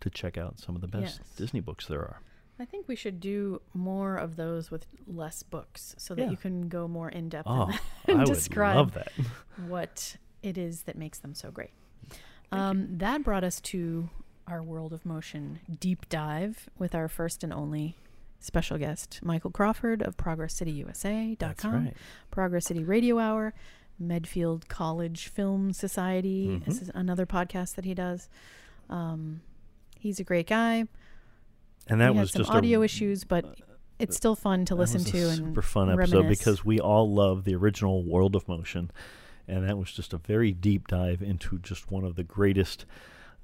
[SPEAKER 4] to check out some of the best
[SPEAKER 1] Yes.
[SPEAKER 4] Disney books there are.
[SPEAKER 1] I think we should do more of those with less books so that
[SPEAKER 4] Yeah.
[SPEAKER 1] you can go more in depth
[SPEAKER 4] Oh, I
[SPEAKER 1] and
[SPEAKER 4] would
[SPEAKER 1] describe
[SPEAKER 4] love that.
[SPEAKER 1] what it is that makes them so great. Um, that brought us to our world of motion deep dive with our first and only special guest, Michael Crawford of
[SPEAKER 4] That's
[SPEAKER 1] ProgressCityUSA.com,
[SPEAKER 4] right.
[SPEAKER 1] Progress City Radio Hour, Medfield College Film Society.
[SPEAKER 4] Mm-hmm.
[SPEAKER 1] This is another podcast that he does. Um, he's a great guy.
[SPEAKER 4] And that
[SPEAKER 1] we
[SPEAKER 4] was
[SPEAKER 1] had
[SPEAKER 4] just
[SPEAKER 1] some audio
[SPEAKER 4] a, uh,
[SPEAKER 1] issues, but it's still fun to
[SPEAKER 4] That
[SPEAKER 1] listen
[SPEAKER 4] was a
[SPEAKER 1] to and
[SPEAKER 4] super fun episode
[SPEAKER 1] reminisce.
[SPEAKER 4] because we all love the original World of Motion, and that was just a very deep dive into just one of the greatest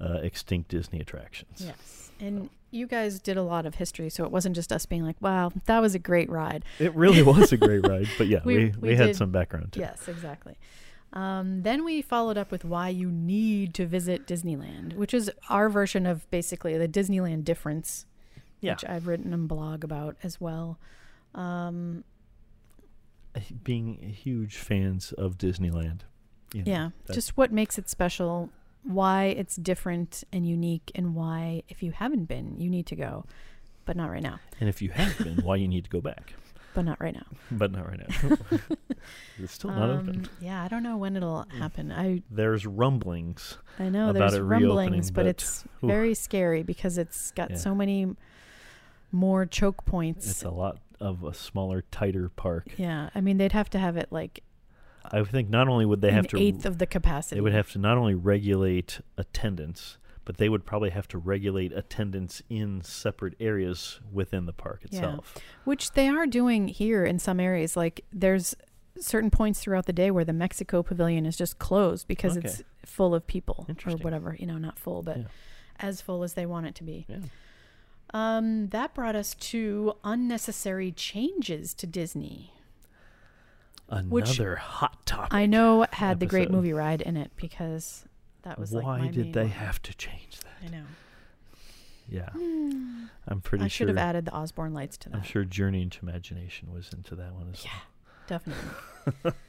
[SPEAKER 4] uh, extinct Disney attractions.
[SPEAKER 1] yes, and you guys did a lot of history, so it wasn't just us being like, "Wow, that was a great ride."
[SPEAKER 4] It really was a great ride, but yeah,
[SPEAKER 1] We-
[SPEAKER 4] we, we,
[SPEAKER 1] we
[SPEAKER 4] had
[SPEAKER 1] did-
[SPEAKER 4] some background too.
[SPEAKER 1] Yes, exactly. Um, then we followed up with why you need to visit Disneyland, which is our version of basically the Disneyland difference,
[SPEAKER 4] Yeah.
[SPEAKER 1] which I've written a blog about as well. Um,
[SPEAKER 4] Uh, Being huge fans of Disneyland. you know,
[SPEAKER 1] yeah,
[SPEAKER 4] that-
[SPEAKER 1] just what makes it special, why it's different and unique, and why if you haven't been, you need to go, but not right now.
[SPEAKER 4] and if you have been, why you need to go back.
[SPEAKER 1] but not right now.
[SPEAKER 4] But not right now. it's still not open.
[SPEAKER 1] Um, yeah, I don't know when it'll happen. I
[SPEAKER 4] There's rumblings.
[SPEAKER 1] I know
[SPEAKER 4] About
[SPEAKER 1] there's
[SPEAKER 4] it reopening,
[SPEAKER 1] rumblings, but,
[SPEAKER 4] but-
[SPEAKER 1] it's
[SPEAKER 4] oof.
[SPEAKER 1] very scary because it's got
[SPEAKER 4] Yeah.
[SPEAKER 1] so many more choke points.
[SPEAKER 4] It's a lot of a smaller, tighter park.
[SPEAKER 1] yeah, I mean they'd have to have it like
[SPEAKER 4] I think not only would they
[SPEAKER 1] an
[SPEAKER 4] have to
[SPEAKER 1] eighth of the capacity.
[SPEAKER 4] They would have to not only regulate attendance, but they would probably have to regulate attendance in separate areas within the park
[SPEAKER 1] Yeah.
[SPEAKER 4] itself.
[SPEAKER 1] Which they are doing here in some areas. Like there's certain points throughout the day where the Mexico pavilion is just closed because
[SPEAKER 4] Okay.
[SPEAKER 1] it's full of people or
[SPEAKER 4] Interesting.
[SPEAKER 1] whatever, you know, not full, but
[SPEAKER 4] Yeah.
[SPEAKER 1] as full as they want it to be.
[SPEAKER 4] Yeah.
[SPEAKER 1] Um, that brought us to unnecessary changes to Disney. Which-
[SPEAKER 4] Another hot topic.
[SPEAKER 1] I know had the great
[SPEAKER 4] episode.
[SPEAKER 1] movie ride in it because that was like
[SPEAKER 4] Why
[SPEAKER 1] my
[SPEAKER 4] did
[SPEAKER 1] main
[SPEAKER 4] they
[SPEAKER 1] one.
[SPEAKER 4] have to change that?
[SPEAKER 1] I know.
[SPEAKER 4] Yeah, I'm Hmm. pretty
[SPEAKER 1] I should
[SPEAKER 4] sure.
[SPEAKER 1] have added the Osborne lights to that.
[SPEAKER 4] I'm sure Journey into Imagination was into that one as well.
[SPEAKER 1] Definitely.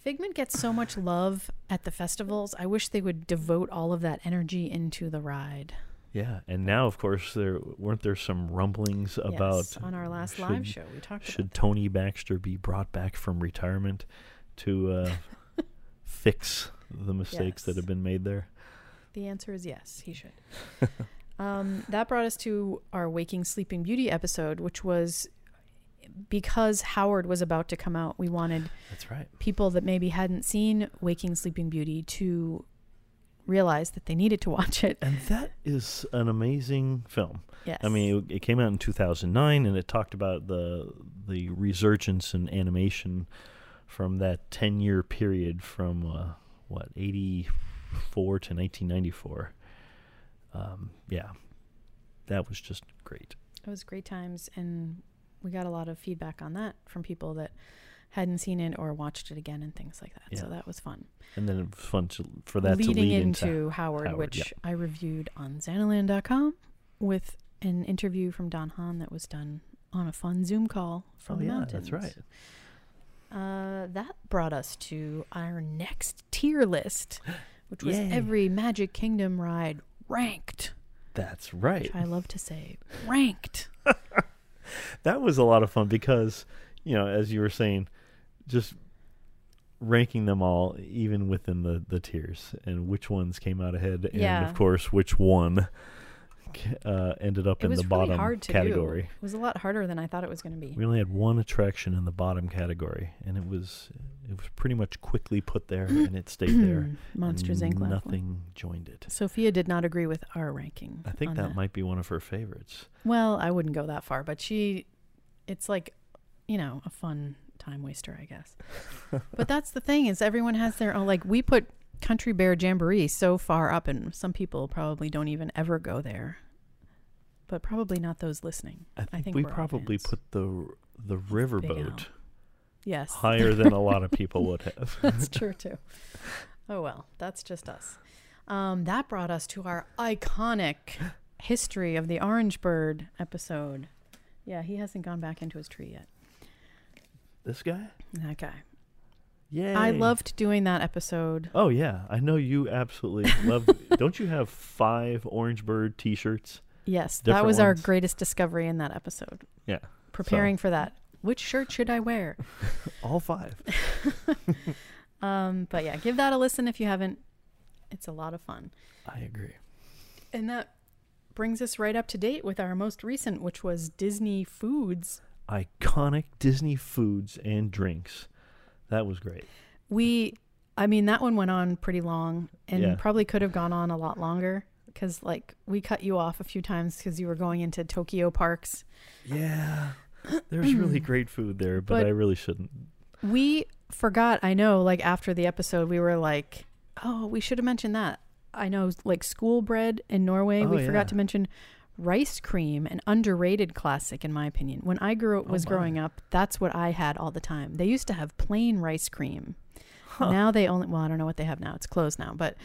[SPEAKER 1] Figment gets so much love at the festivals. I wish they would devote all of that energy into the ride.
[SPEAKER 4] Yeah, and now of course there weren't there some rumblings about
[SPEAKER 1] yes, on our last
[SPEAKER 4] should,
[SPEAKER 1] live show, we talked
[SPEAKER 4] Should
[SPEAKER 1] about
[SPEAKER 4] Tony Baxter be brought back from retirement to uh, fix the mistakes that
[SPEAKER 1] Yes.
[SPEAKER 4] have been made there?
[SPEAKER 1] The answer is yes, he should. um, that brought us to our Waking Sleeping Beauty episode, which was because Howard was about to come out, we wanted
[SPEAKER 4] That's right.
[SPEAKER 1] people that maybe hadn't seen Waking Sleeping Beauty to realize that they needed to watch it.
[SPEAKER 4] And that is an amazing film.
[SPEAKER 1] Yes.
[SPEAKER 4] I mean, it, it came out in 2009, and it talked about the the resurgence in animation from that 10 year period from uh, what 84 to 1994. Um, yeah, that was just great.
[SPEAKER 1] It was great times, and we got a lot of feedback on that from people that hadn't seen it or watched it again and things like that. So
[SPEAKER 4] Yeah.
[SPEAKER 1] that was fun.
[SPEAKER 4] And then it was fun to, for that
[SPEAKER 1] Leading
[SPEAKER 4] to lead
[SPEAKER 1] into,
[SPEAKER 4] into
[SPEAKER 1] Howard,
[SPEAKER 4] Howard,
[SPEAKER 1] which
[SPEAKER 4] yeah.
[SPEAKER 1] I reviewed on Xanaland.com with an interview from Don Hahn that was done on a fun Zoom call from
[SPEAKER 4] oh
[SPEAKER 1] the
[SPEAKER 4] yeah,
[SPEAKER 1] mountains.
[SPEAKER 4] that's right.
[SPEAKER 1] Uh, that brought us to our next tier list, which was
[SPEAKER 4] Yay.
[SPEAKER 1] every Magic Kingdom ride ranked,
[SPEAKER 4] That's right.
[SPEAKER 1] which I love to say, ranked.
[SPEAKER 4] that was a lot of fun because you know as you were saying just ranking them all even within the the tiers and which ones came out ahead and
[SPEAKER 1] Yeah.
[SPEAKER 4] of course which one ca- uh, ended up
[SPEAKER 1] it
[SPEAKER 4] in
[SPEAKER 1] was
[SPEAKER 4] the bottom
[SPEAKER 1] really hard to
[SPEAKER 4] category
[SPEAKER 1] Do. It was a lot harder than I thought it was going to be.
[SPEAKER 4] we only had one attraction in the bottom category and it was it was pretty much quickly put there and it stayed there
[SPEAKER 1] Monsters
[SPEAKER 4] and
[SPEAKER 1] Inc. last one.
[SPEAKER 4] nothing joined it
[SPEAKER 1] Sophia did not agree with our ranking.
[SPEAKER 4] i think
[SPEAKER 1] on
[SPEAKER 4] that, might be one of her favorites
[SPEAKER 1] Well, I wouldn't go that far, but she, it's like, you know, a fun time waster, I guess. but that's the thing is everyone has their own. Like we put Country Bear Jamboree so far up, and some people probably don't even ever go there. But probably not those listening.
[SPEAKER 4] i think,
[SPEAKER 1] think
[SPEAKER 4] we
[SPEAKER 1] we're all
[SPEAKER 4] probably
[SPEAKER 1] fans.
[SPEAKER 4] put the the riverboat
[SPEAKER 1] Yes,
[SPEAKER 4] higher than a lot of people would have
[SPEAKER 1] that's true too. Oh well, that's just us. Um, that brought us to our iconic history of the Orange Bird episode. Yeah, he hasn't gone back into his tree yet.
[SPEAKER 4] this guy
[SPEAKER 1] That guy.
[SPEAKER 4] Yeah.
[SPEAKER 1] I loved doing that episode.
[SPEAKER 4] Oh yeah, I know you absolutely love. Don't you have five Orange Bird T-shirts?
[SPEAKER 1] Yes, that
[SPEAKER 4] Different
[SPEAKER 1] was our
[SPEAKER 4] ones.
[SPEAKER 1] greatest discovery in that episode.
[SPEAKER 4] Yeah.
[SPEAKER 1] Preparing for that. Which shirt should I wear?
[SPEAKER 4] all five.
[SPEAKER 1] Um, but yeah, give that a listen if you haven't. It's a lot of fun.
[SPEAKER 4] I agree.
[SPEAKER 1] And that brings us right up to date with our most recent, which was Disney Foods.
[SPEAKER 4] Iconic Disney foods and drinks. That was great.
[SPEAKER 1] We, I mean, that one went on pretty long and
[SPEAKER 4] Yeah.
[SPEAKER 1] probably could have gone on a lot longer because, like, we cut you off a few times because you were going into Tokyo parks.
[SPEAKER 4] Yeah. There's really great food there, but,
[SPEAKER 1] But-
[SPEAKER 4] I really shouldn't.
[SPEAKER 1] We forgot, I know, like after the episode, we were like, oh, we should have mentioned that. I know, like school bread in Norway, we
[SPEAKER 4] Oh, yeah.
[SPEAKER 1] forgot to mention rice cream, an underrated classic, in my opinion. When I grew was
[SPEAKER 4] Oh, my.
[SPEAKER 1] growing up, that's what I had all the time. They used to have plain rice cream. Now they only, well, I don't know what they have now. It's closed now, but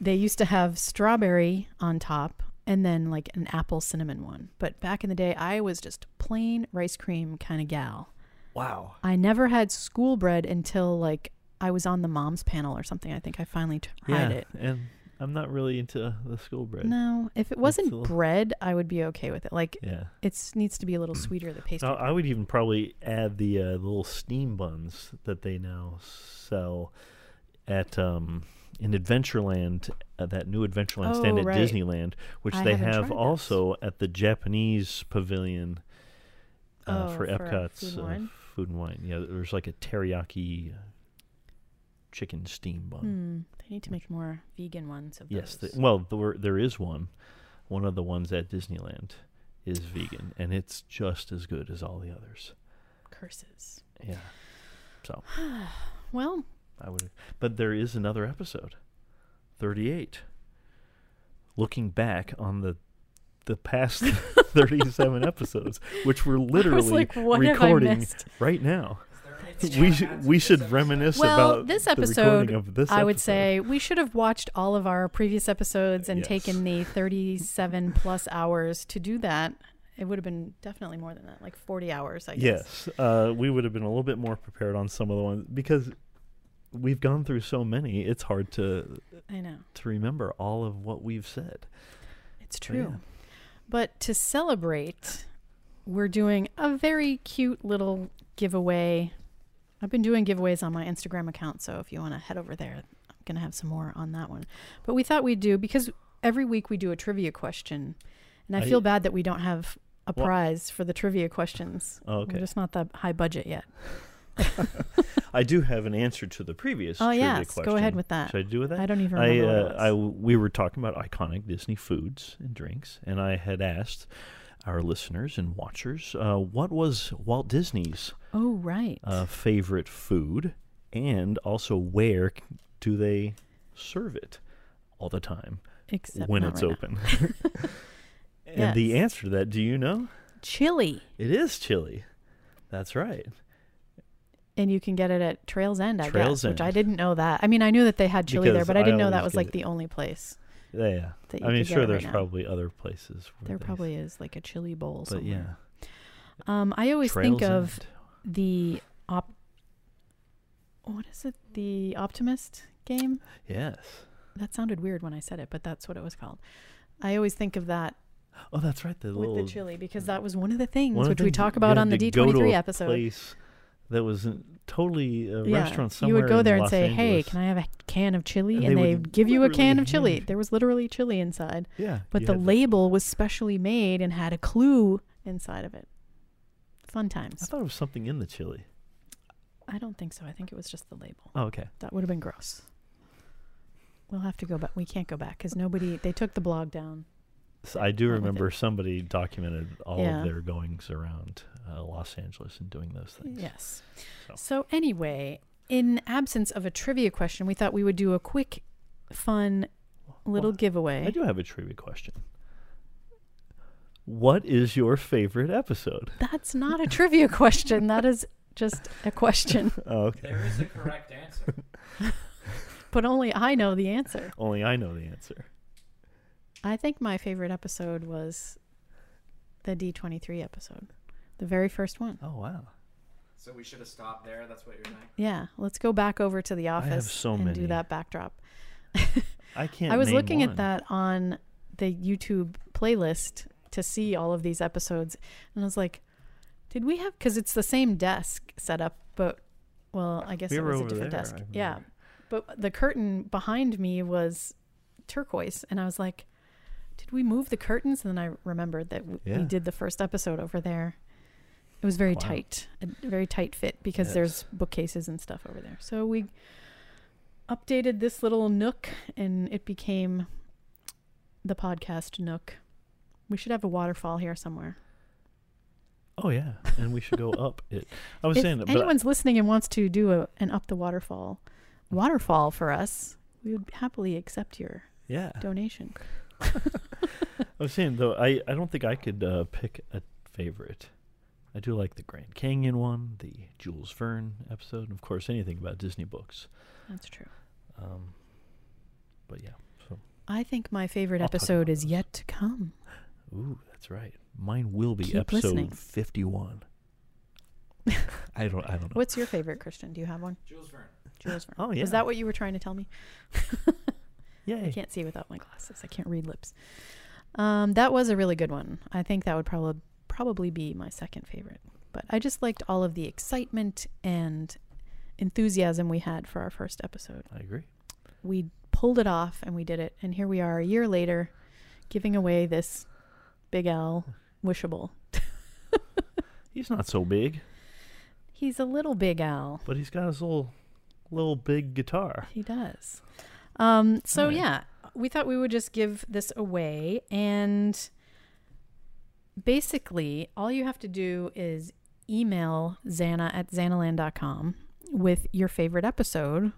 [SPEAKER 1] they used to have strawberry on top and then like an apple cinnamon one. But back in the day, I was just plain rice cream kind of gal.
[SPEAKER 4] Wow.
[SPEAKER 1] I never had school bread until like I was on the mom's panel or something. I think I finally tried
[SPEAKER 4] Yeah,
[SPEAKER 1] it.
[SPEAKER 4] and I'm not really into the school bread.
[SPEAKER 1] No, if it wasn't
[SPEAKER 4] a little-
[SPEAKER 1] bread, I would be okay with it. Like
[SPEAKER 4] Yeah. Mm.
[SPEAKER 1] it needs to be a little sweeter. The pastry.
[SPEAKER 4] I I would even probably add the uh, little steam buns that they now sell at um, in Adventureland, uh, that new Adventureland stand
[SPEAKER 1] Oh,
[SPEAKER 4] at
[SPEAKER 1] right.
[SPEAKER 4] Disneyland, which
[SPEAKER 1] I
[SPEAKER 4] they
[SPEAKER 1] haven't
[SPEAKER 4] have
[SPEAKER 1] tried
[SPEAKER 4] also at the Japanese pavilion uh,
[SPEAKER 1] Oh,
[SPEAKER 4] for
[SPEAKER 1] for, uh,
[SPEAKER 4] Epcot's
[SPEAKER 1] Food and
[SPEAKER 4] uh,
[SPEAKER 1] Wine?
[SPEAKER 4] food and wine. Yeah, there's like a teriyaki uh, chicken steam bun.
[SPEAKER 1] Hmm, they need to make more vegan ones of
[SPEAKER 4] Oh. Yes,
[SPEAKER 1] those.
[SPEAKER 4] the, well, there, there is one. One of the ones at Disneyland is vegan, and it's just as good as all the others.
[SPEAKER 1] curses.
[SPEAKER 4] Yeah. So.
[SPEAKER 1] Well,
[SPEAKER 4] I would, but there is another episode, thirty-eight. Looking back on the the past thirty-seven episodes, which we're
[SPEAKER 1] I was
[SPEAKER 4] literally
[SPEAKER 1] like, what have I
[SPEAKER 4] recording
[SPEAKER 1] missed?
[SPEAKER 4] right now.
[SPEAKER 5] Is there
[SPEAKER 4] we should we should reminisce
[SPEAKER 1] Well,
[SPEAKER 4] about
[SPEAKER 1] this
[SPEAKER 4] the
[SPEAKER 1] episode,
[SPEAKER 4] recording of this
[SPEAKER 1] I would
[SPEAKER 4] episode.
[SPEAKER 1] say we should have watched all of our previous episodes and
[SPEAKER 4] Yes.
[SPEAKER 1] taken the 37 plus hours to do that. It would have been definitely more than that, like 40 hours, I guess.
[SPEAKER 4] Yes, uh, we would have been a little bit more prepared on some of the ones because we've gone through so many. It's hard to
[SPEAKER 1] I know.
[SPEAKER 4] to remember all of what we've said.
[SPEAKER 1] It's true. But to celebrate, we're doing a very cute little giveaway. I've been doing giveaways on my Instagram account, so if you want to head over there, I'm going to have some more on that one. But we thought we'd do because every week we do a trivia question, and I,
[SPEAKER 4] I-
[SPEAKER 1] feel bad that we don't have a
[SPEAKER 4] Well-
[SPEAKER 1] prize for the trivia questions.
[SPEAKER 4] Oh, okay.
[SPEAKER 1] We're just not that high budget yet.
[SPEAKER 4] I do have an answer to the previous.
[SPEAKER 1] Oh,
[SPEAKER 4] trivia
[SPEAKER 1] yes. Go
[SPEAKER 4] question.
[SPEAKER 1] ahead with that.
[SPEAKER 4] Should I do with that?
[SPEAKER 1] I don't even
[SPEAKER 4] I,
[SPEAKER 1] remember what
[SPEAKER 4] uh,
[SPEAKER 1] it
[SPEAKER 4] I
[SPEAKER 1] was.
[SPEAKER 4] we were talking about iconic Disney foods and drinks, and I had asked our listeners and watchers uh, what was Walt Disney's
[SPEAKER 1] Oh, right.
[SPEAKER 4] uh, favorite food, and also where c- do they serve it all the time
[SPEAKER 1] Except
[SPEAKER 4] when
[SPEAKER 1] not
[SPEAKER 4] it's
[SPEAKER 1] right now.
[SPEAKER 4] open. and the
[SPEAKER 1] Yes.
[SPEAKER 4] answer to that, do you know?
[SPEAKER 1] Chili.
[SPEAKER 4] It is chili. That's right.
[SPEAKER 1] And you can get it at Trails End, I
[SPEAKER 4] Trails
[SPEAKER 1] guess, which I
[SPEAKER 4] End.
[SPEAKER 1] didn't know that. I mean, I knew that they had chili there,
[SPEAKER 4] Because
[SPEAKER 1] but I
[SPEAKER 4] I
[SPEAKER 1] didn't know that was
[SPEAKER 4] always get
[SPEAKER 1] like
[SPEAKER 4] it.
[SPEAKER 1] the only place.
[SPEAKER 4] Yeah.
[SPEAKER 1] That you
[SPEAKER 4] I mean,
[SPEAKER 1] could get
[SPEAKER 4] sure,
[SPEAKER 1] it right
[SPEAKER 4] there's
[SPEAKER 1] now.
[SPEAKER 4] probably other places. Where
[SPEAKER 1] There
[SPEAKER 4] they-
[SPEAKER 1] probably is like a chili bowl
[SPEAKER 4] But
[SPEAKER 1] somewhere.
[SPEAKER 4] yeah.
[SPEAKER 1] Um, I always
[SPEAKER 4] Trails
[SPEAKER 1] think of
[SPEAKER 4] End.
[SPEAKER 1] the op. What is it? The Optimist game.
[SPEAKER 4] Yes.
[SPEAKER 1] That sounded weird when I said it, but that's what it was called. I always think of that
[SPEAKER 4] Oh, that's right. The little.
[SPEAKER 1] with the chili because that was one of the things
[SPEAKER 4] one of
[SPEAKER 1] which
[SPEAKER 4] the
[SPEAKER 1] we
[SPEAKER 4] things
[SPEAKER 1] talk
[SPEAKER 4] you
[SPEAKER 1] about
[SPEAKER 4] had
[SPEAKER 1] on the
[SPEAKER 4] to
[SPEAKER 1] D
[SPEAKER 4] go
[SPEAKER 1] twenty
[SPEAKER 4] to
[SPEAKER 1] three
[SPEAKER 4] a
[SPEAKER 1] episode.
[SPEAKER 4] Place that was in- totally a restaurant
[SPEAKER 1] you
[SPEAKER 4] somewhere.
[SPEAKER 1] would go there
[SPEAKER 4] in
[SPEAKER 1] and
[SPEAKER 4] Los
[SPEAKER 1] say, "Hey,
[SPEAKER 4] Angeles.
[SPEAKER 1] can I have a can of chili?"
[SPEAKER 4] And
[SPEAKER 1] And,
[SPEAKER 4] they would
[SPEAKER 1] they would give you a can of
[SPEAKER 4] literally
[SPEAKER 1] chili.
[SPEAKER 4] hand-
[SPEAKER 1] There was literally chili inside.
[SPEAKER 4] Yeah.
[SPEAKER 1] But
[SPEAKER 4] you
[SPEAKER 1] the
[SPEAKER 4] had to-
[SPEAKER 1] label was specially made and had a clue inside of it. Fun times.
[SPEAKER 4] I thought it was something in the chili.
[SPEAKER 1] I don't think so. I think it was just the label.
[SPEAKER 4] Oh, okay.
[SPEAKER 1] That would have been gross. We'll have to go back. We can't go back because nobody, they took the blog down.
[SPEAKER 4] So I do
[SPEAKER 1] Well, I think-
[SPEAKER 4] remember somebody documented all
[SPEAKER 1] Yeah.
[SPEAKER 4] of their goings around uh, Los Angeles and doing those things.
[SPEAKER 1] Yes.
[SPEAKER 4] So.
[SPEAKER 1] So, anyway, in absence of a trivia question, we thought we would do a quick, fun little
[SPEAKER 4] Well,
[SPEAKER 1] giveaway.
[SPEAKER 4] I do have a trivia question. What is your favorite episode?
[SPEAKER 1] That's not a trivia question. That is just a question.
[SPEAKER 4] Oh, okay.
[SPEAKER 5] There is a correct answer.
[SPEAKER 1] But only I know the answer.
[SPEAKER 4] Only I know the answer.
[SPEAKER 1] I think my favorite episode was the D23 episode, the very first one.
[SPEAKER 4] Oh wow.
[SPEAKER 5] So we should have stopped there. That's what you're saying.
[SPEAKER 1] Yeah, let's go back over to the
[SPEAKER 4] have
[SPEAKER 1] office
[SPEAKER 4] so
[SPEAKER 1] and do
[SPEAKER 4] many.
[SPEAKER 1] that backdrop.
[SPEAKER 4] I can't.
[SPEAKER 1] I was
[SPEAKER 4] name
[SPEAKER 1] looking
[SPEAKER 4] one.
[SPEAKER 1] at that on the YouTube playlist to see all of these episodes, and I was like, "Did we have?" Because it's the same desk setup, but well, I guess
[SPEAKER 4] We
[SPEAKER 1] it
[SPEAKER 4] were
[SPEAKER 1] was a
[SPEAKER 4] over
[SPEAKER 1] different
[SPEAKER 4] there,
[SPEAKER 1] desk.
[SPEAKER 4] I
[SPEAKER 1] Yeah,
[SPEAKER 4] remember.
[SPEAKER 1] but the curtain behind me was turquoise, and I was like, "Did we move the curtains?" And then I remembered that w- we
[SPEAKER 4] Yeah.
[SPEAKER 1] did the first episode over there. It was very
[SPEAKER 4] Wow.
[SPEAKER 1] tight, a very tight fit because
[SPEAKER 4] Yes.
[SPEAKER 1] there's bookcases and stuff over there. So we updated this little nook and it became the podcast nook. We should have a waterfall here somewhere.
[SPEAKER 4] Oh yeah, and we should go up it. I was
[SPEAKER 1] If
[SPEAKER 4] saying that, but I-
[SPEAKER 1] anyone's listening and wants to do a, an up the waterfall waterfall for us, we would happily accept your
[SPEAKER 4] yeah,
[SPEAKER 1] donation.
[SPEAKER 4] I was saying though, I I don't think I could uh, pick a favorite. I do like the Grand Canyon one, the Jules Verne episode, and of course anything about Disney books.
[SPEAKER 1] That's true.
[SPEAKER 4] Um, but yeah, so
[SPEAKER 1] I think my favorite
[SPEAKER 4] I'll talk
[SPEAKER 1] episode
[SPEAKER 4] about
[SPEAKER 1] is
[SPEAKER 4] those.
[SPEAKER 1] yet to come.
[SPEAKER 4] ooh, that's right. Mine will be
[SPEAKER 1] Keep
[SPEAKER 4] episode
[SPEAKER 1] listening.
[SPEAKER 4] fifty-one. I don't. I don't know.
[SPEAKER 1] What's your favorite, Christian? Do you have one?
[SPEAKER 5] Jules Verne.
[SPEAKER 1] Jules Verne.
[SPEAKER 4] Oh,
[SPEAKER 1] Was
[SPEAKER 4] yeah.
[SPEAKER 1] that what you were trying to tell me? I
[SPEAKER 4] Yay!
[SPEAKER 1] can't see without my glasses. I can't read lips. Um, that was a really good one. I think that would probably probably be my second favorite. But I just liked all of the excitement and enthusiasm we had for our first episode.
[SPEAKER 4] I agree.
[SPEAKER 1] We pulled it off and we did it. And here we are a year later giving away this Big L wishable.
[SPEAKER 4] He's not so big,
[SPEAKER 1] He's a little Big Al.
[SPEAKER 4] but he's got his little little big guitar.
[SPEAKER 1] He does. Um, so
[SPEAKER 4] Alright.
[SPEAKER 1] yeah, we thought we would just give this away, and basically, all you have to do is email Xana at xanaland.com with your favorite episode,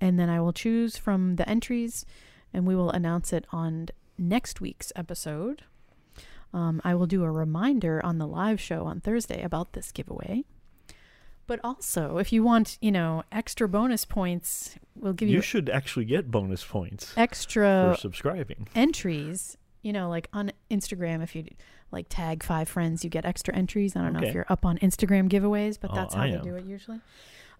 [SPEAKER 1] and then I will choose from the entries, and we will announce it on next week's episode. Um, I will do a reminder on the live show on Thursday about this giveaway. But also, if you want, you know, extra bonus points, we'll give
[SPEAKER 4] You,
[SPEAKER 1] you, Uh,
[SPEAKER 4] should actually get bonus points
[SPEAKER 1] extra
[SPEAKER 4] for subscribing.
[SPEAKER 1] entries. You know, like on Instagram, if you like tag five friends, you get extra entries. I don't know
[SPEAKER 4] Okay.
[SPEAKER 1] if you're up on Instagram giveaways, but
[SPEAKER 4] Oh,
[SPEAKER 1] that's how
[SPEAKER 4] I
[SPEAKER 1] they
[SPEAKER 4] am.
[SPEAKER 1] do it usually.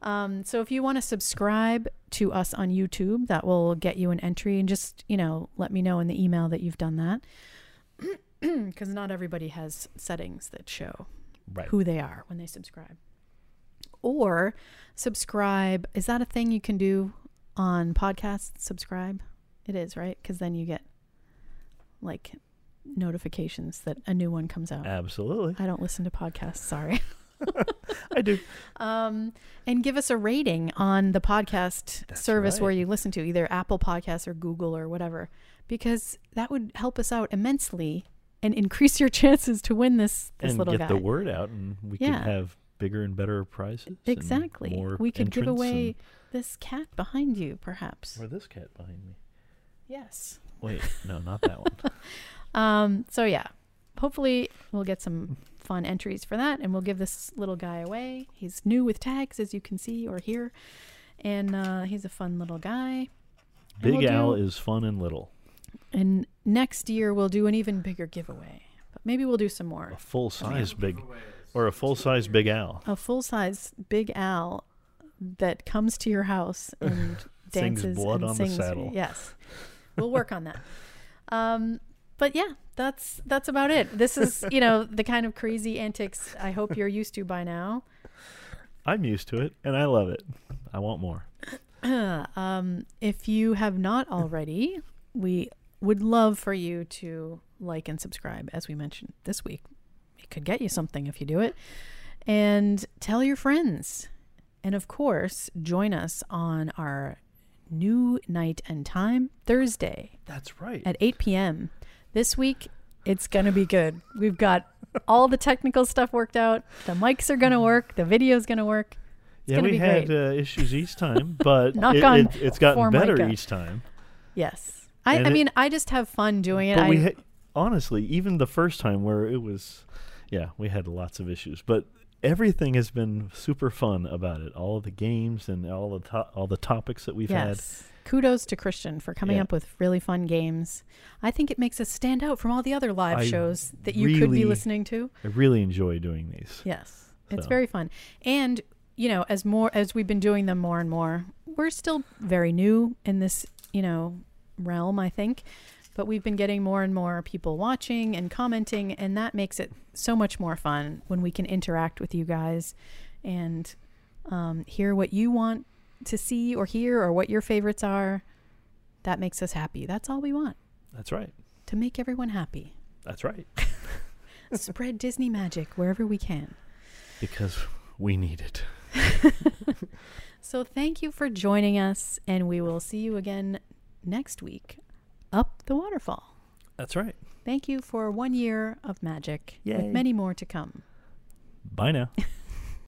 [SPEAKER 1] Um, so if you want to subscribe to us on YouTube, that will get you an entry, and just you know, let me know in the email that you've done that, because not everybody has settings that show
[SPEAKER 4] Right.
[SPEAKER 1] who they are when they subscribe. Or subscribe. Is that a thing you can do on podcasts? Subscribe? It is, right? Because then you get like notifications that a new one comes out.
[SPEAKER 4] Uh, Absolutely.
[SPEAKER 1] I don't listen to podcasts, sorry.
[SPEAKER 4] I do.
[SPEAKER 1] Um, and give us a rating on the podcast
[SPEAKER 4] That's
[SPEAKER 1] service where
[SPEAKER 4] right.
[SPEAKER 1] you listen to, either Apple Podcasts or Google or whatever, because that would help us out immensely and increase your chances to win this this
[SPEAKER 4] and
[SPEAKER 1] little
[SPEAKER 4] get
[SPEAKER 1] guy.
[SPEAKER 4] the word out, and we
[SPEAKER 1] Yeah.
[SPEAKER 4] could have bigger and better prizes. and
[SPEAKER 1] Exactly.
[SPEAKER 4] more
[SPEAKER 1] we could give
[SPEAKER 4] entrants
[SPEAKER 1] away
[SPEAKER 4] and-
[SPEAKER 1] this cat behind you, perhaps.
[SPEAKER 4] Or this cat behind me.
[SPEAKER 1] Yes.
[SPEAKER 4] Wait, no, not that one.
[SPEAKER 1] Um, so yeah. Hopefully we'll get some fun entries for that and we'll give this little guy away. He's new with tags, as you can see or hear. And uh, he's a fun little guy.
[SPEAKER 4] Big
[SPEAKER 1] we'll
[SPEAKER 4] Al
[SPEAKER 1] do-
[SPEAKER 4] is fun and little.
[SPEAKER 1] And next year we'll do an even bigger giveaway. But maybe we'll do some more.
[SPEAKER 4] A full size big, or a full size Big Al.
[SPEAKER 1] A full size Big Al that comes to your house and
[SPEAKER 4] Sings
[SPEAKER 1] dances
[SPEAKER 4] Blood
[SPEAKER 1] and
[SPEAKER 4] on the
[SPEAKER 1] sings.
[SPEAKER 4] Saddle.
[SPEAKER 1] Yes, we'll work on that. Um, but yeah, that's that's about it. This is you know the kind of crazy antics I hope you're used to by now.
[SPEAKER 4] I'm used to it, and I love it. I want more.
[SPEAKER 1] um, if you have not already, we would love for you to like and subscribe, as we mentioned this week. It could get you something if you do it. And tell your friends. And of course, join us on our new night and time Thursday
[SPEAKER 4] That's right.
[SPEAKER 1] at 8 p.m. This week, it's going to be good. We've got all the technical stuff worked out. The mics are going to work. The video's going to work.
[SPEAKER 4] yeah,
[SPEAKER 1] gonna
[SPEAKER 4] we
[SPEAKER 1] be
[SPEAKER 4] had
[SPEAKER 1] great.
[SPEAKER 4] uh, issues each time, but
[SPEAKER 1] Knock
[SPEAKER 4] it,
[SPEAKER 1] on
[SPEAKER 4] it, it's gotten better
[SPEAKER 1] Formica.
[SPEAKER 4] each time.
[SPEAKER 1] Yes. I,
[SPEAKER 4] And
[SPEAKER 1] I
[SPEAKER 4] it-
[SPEAKER 1] mean, I just have fun doing it.
[SPEAKER 4] But
[SPEAKER 1] I,
[SPEAKER 4] we had, honestly, even the first time where it was, yeah, we had lots of issues, but everything has been super fun about it. All of the games and all the to- all the topics that we've had.
[SPEAKER 1] yes. Kudos to Christian for coming
[SPEAKER 4] Yeah.
[SPEAKER 1] up with really fun games. I think it makes us stand out from all the other live
[SPEAKER 4] I
[SPEAKER 1] shows that you could be
[SPEAKER 4] really-
[SPEAKER 1] listening to.
[SPEAKER 4] I really enjoy doing these.
[SPEAKER 1] Yes. It's
[SPEAKER 4] So.
[SPEAKER 1] very fun. And you know, as more as we've been doing them more and more, we're still very new in this, you know, realm, I think. But we've been getting more and more people watching and commenting, and that makes it so much more fun when we can interact with you guys and um, hear what you want to see or hear or what your favorites are. That makes us happy. That's all we want
[SPEAKER 4] That's right.
[SPEAKER 1] to make everyone happy.
[SPEAKER 4] That's right.
[SPEAKER 1] Spread Disney magic wherever we can.
[SPEAKER 4] Because we need it.
[SPEAKER 1] So thank you for joining us, and we will see you again next week up the waterfall.
[SPEAKER 4] That's right.
[SPEAKER 1] Thank you for one year of magic, with
[SPEAKER 4] Yay.
[SPEAKER 1] many more to come.
[SPEAKER 4] Bye now.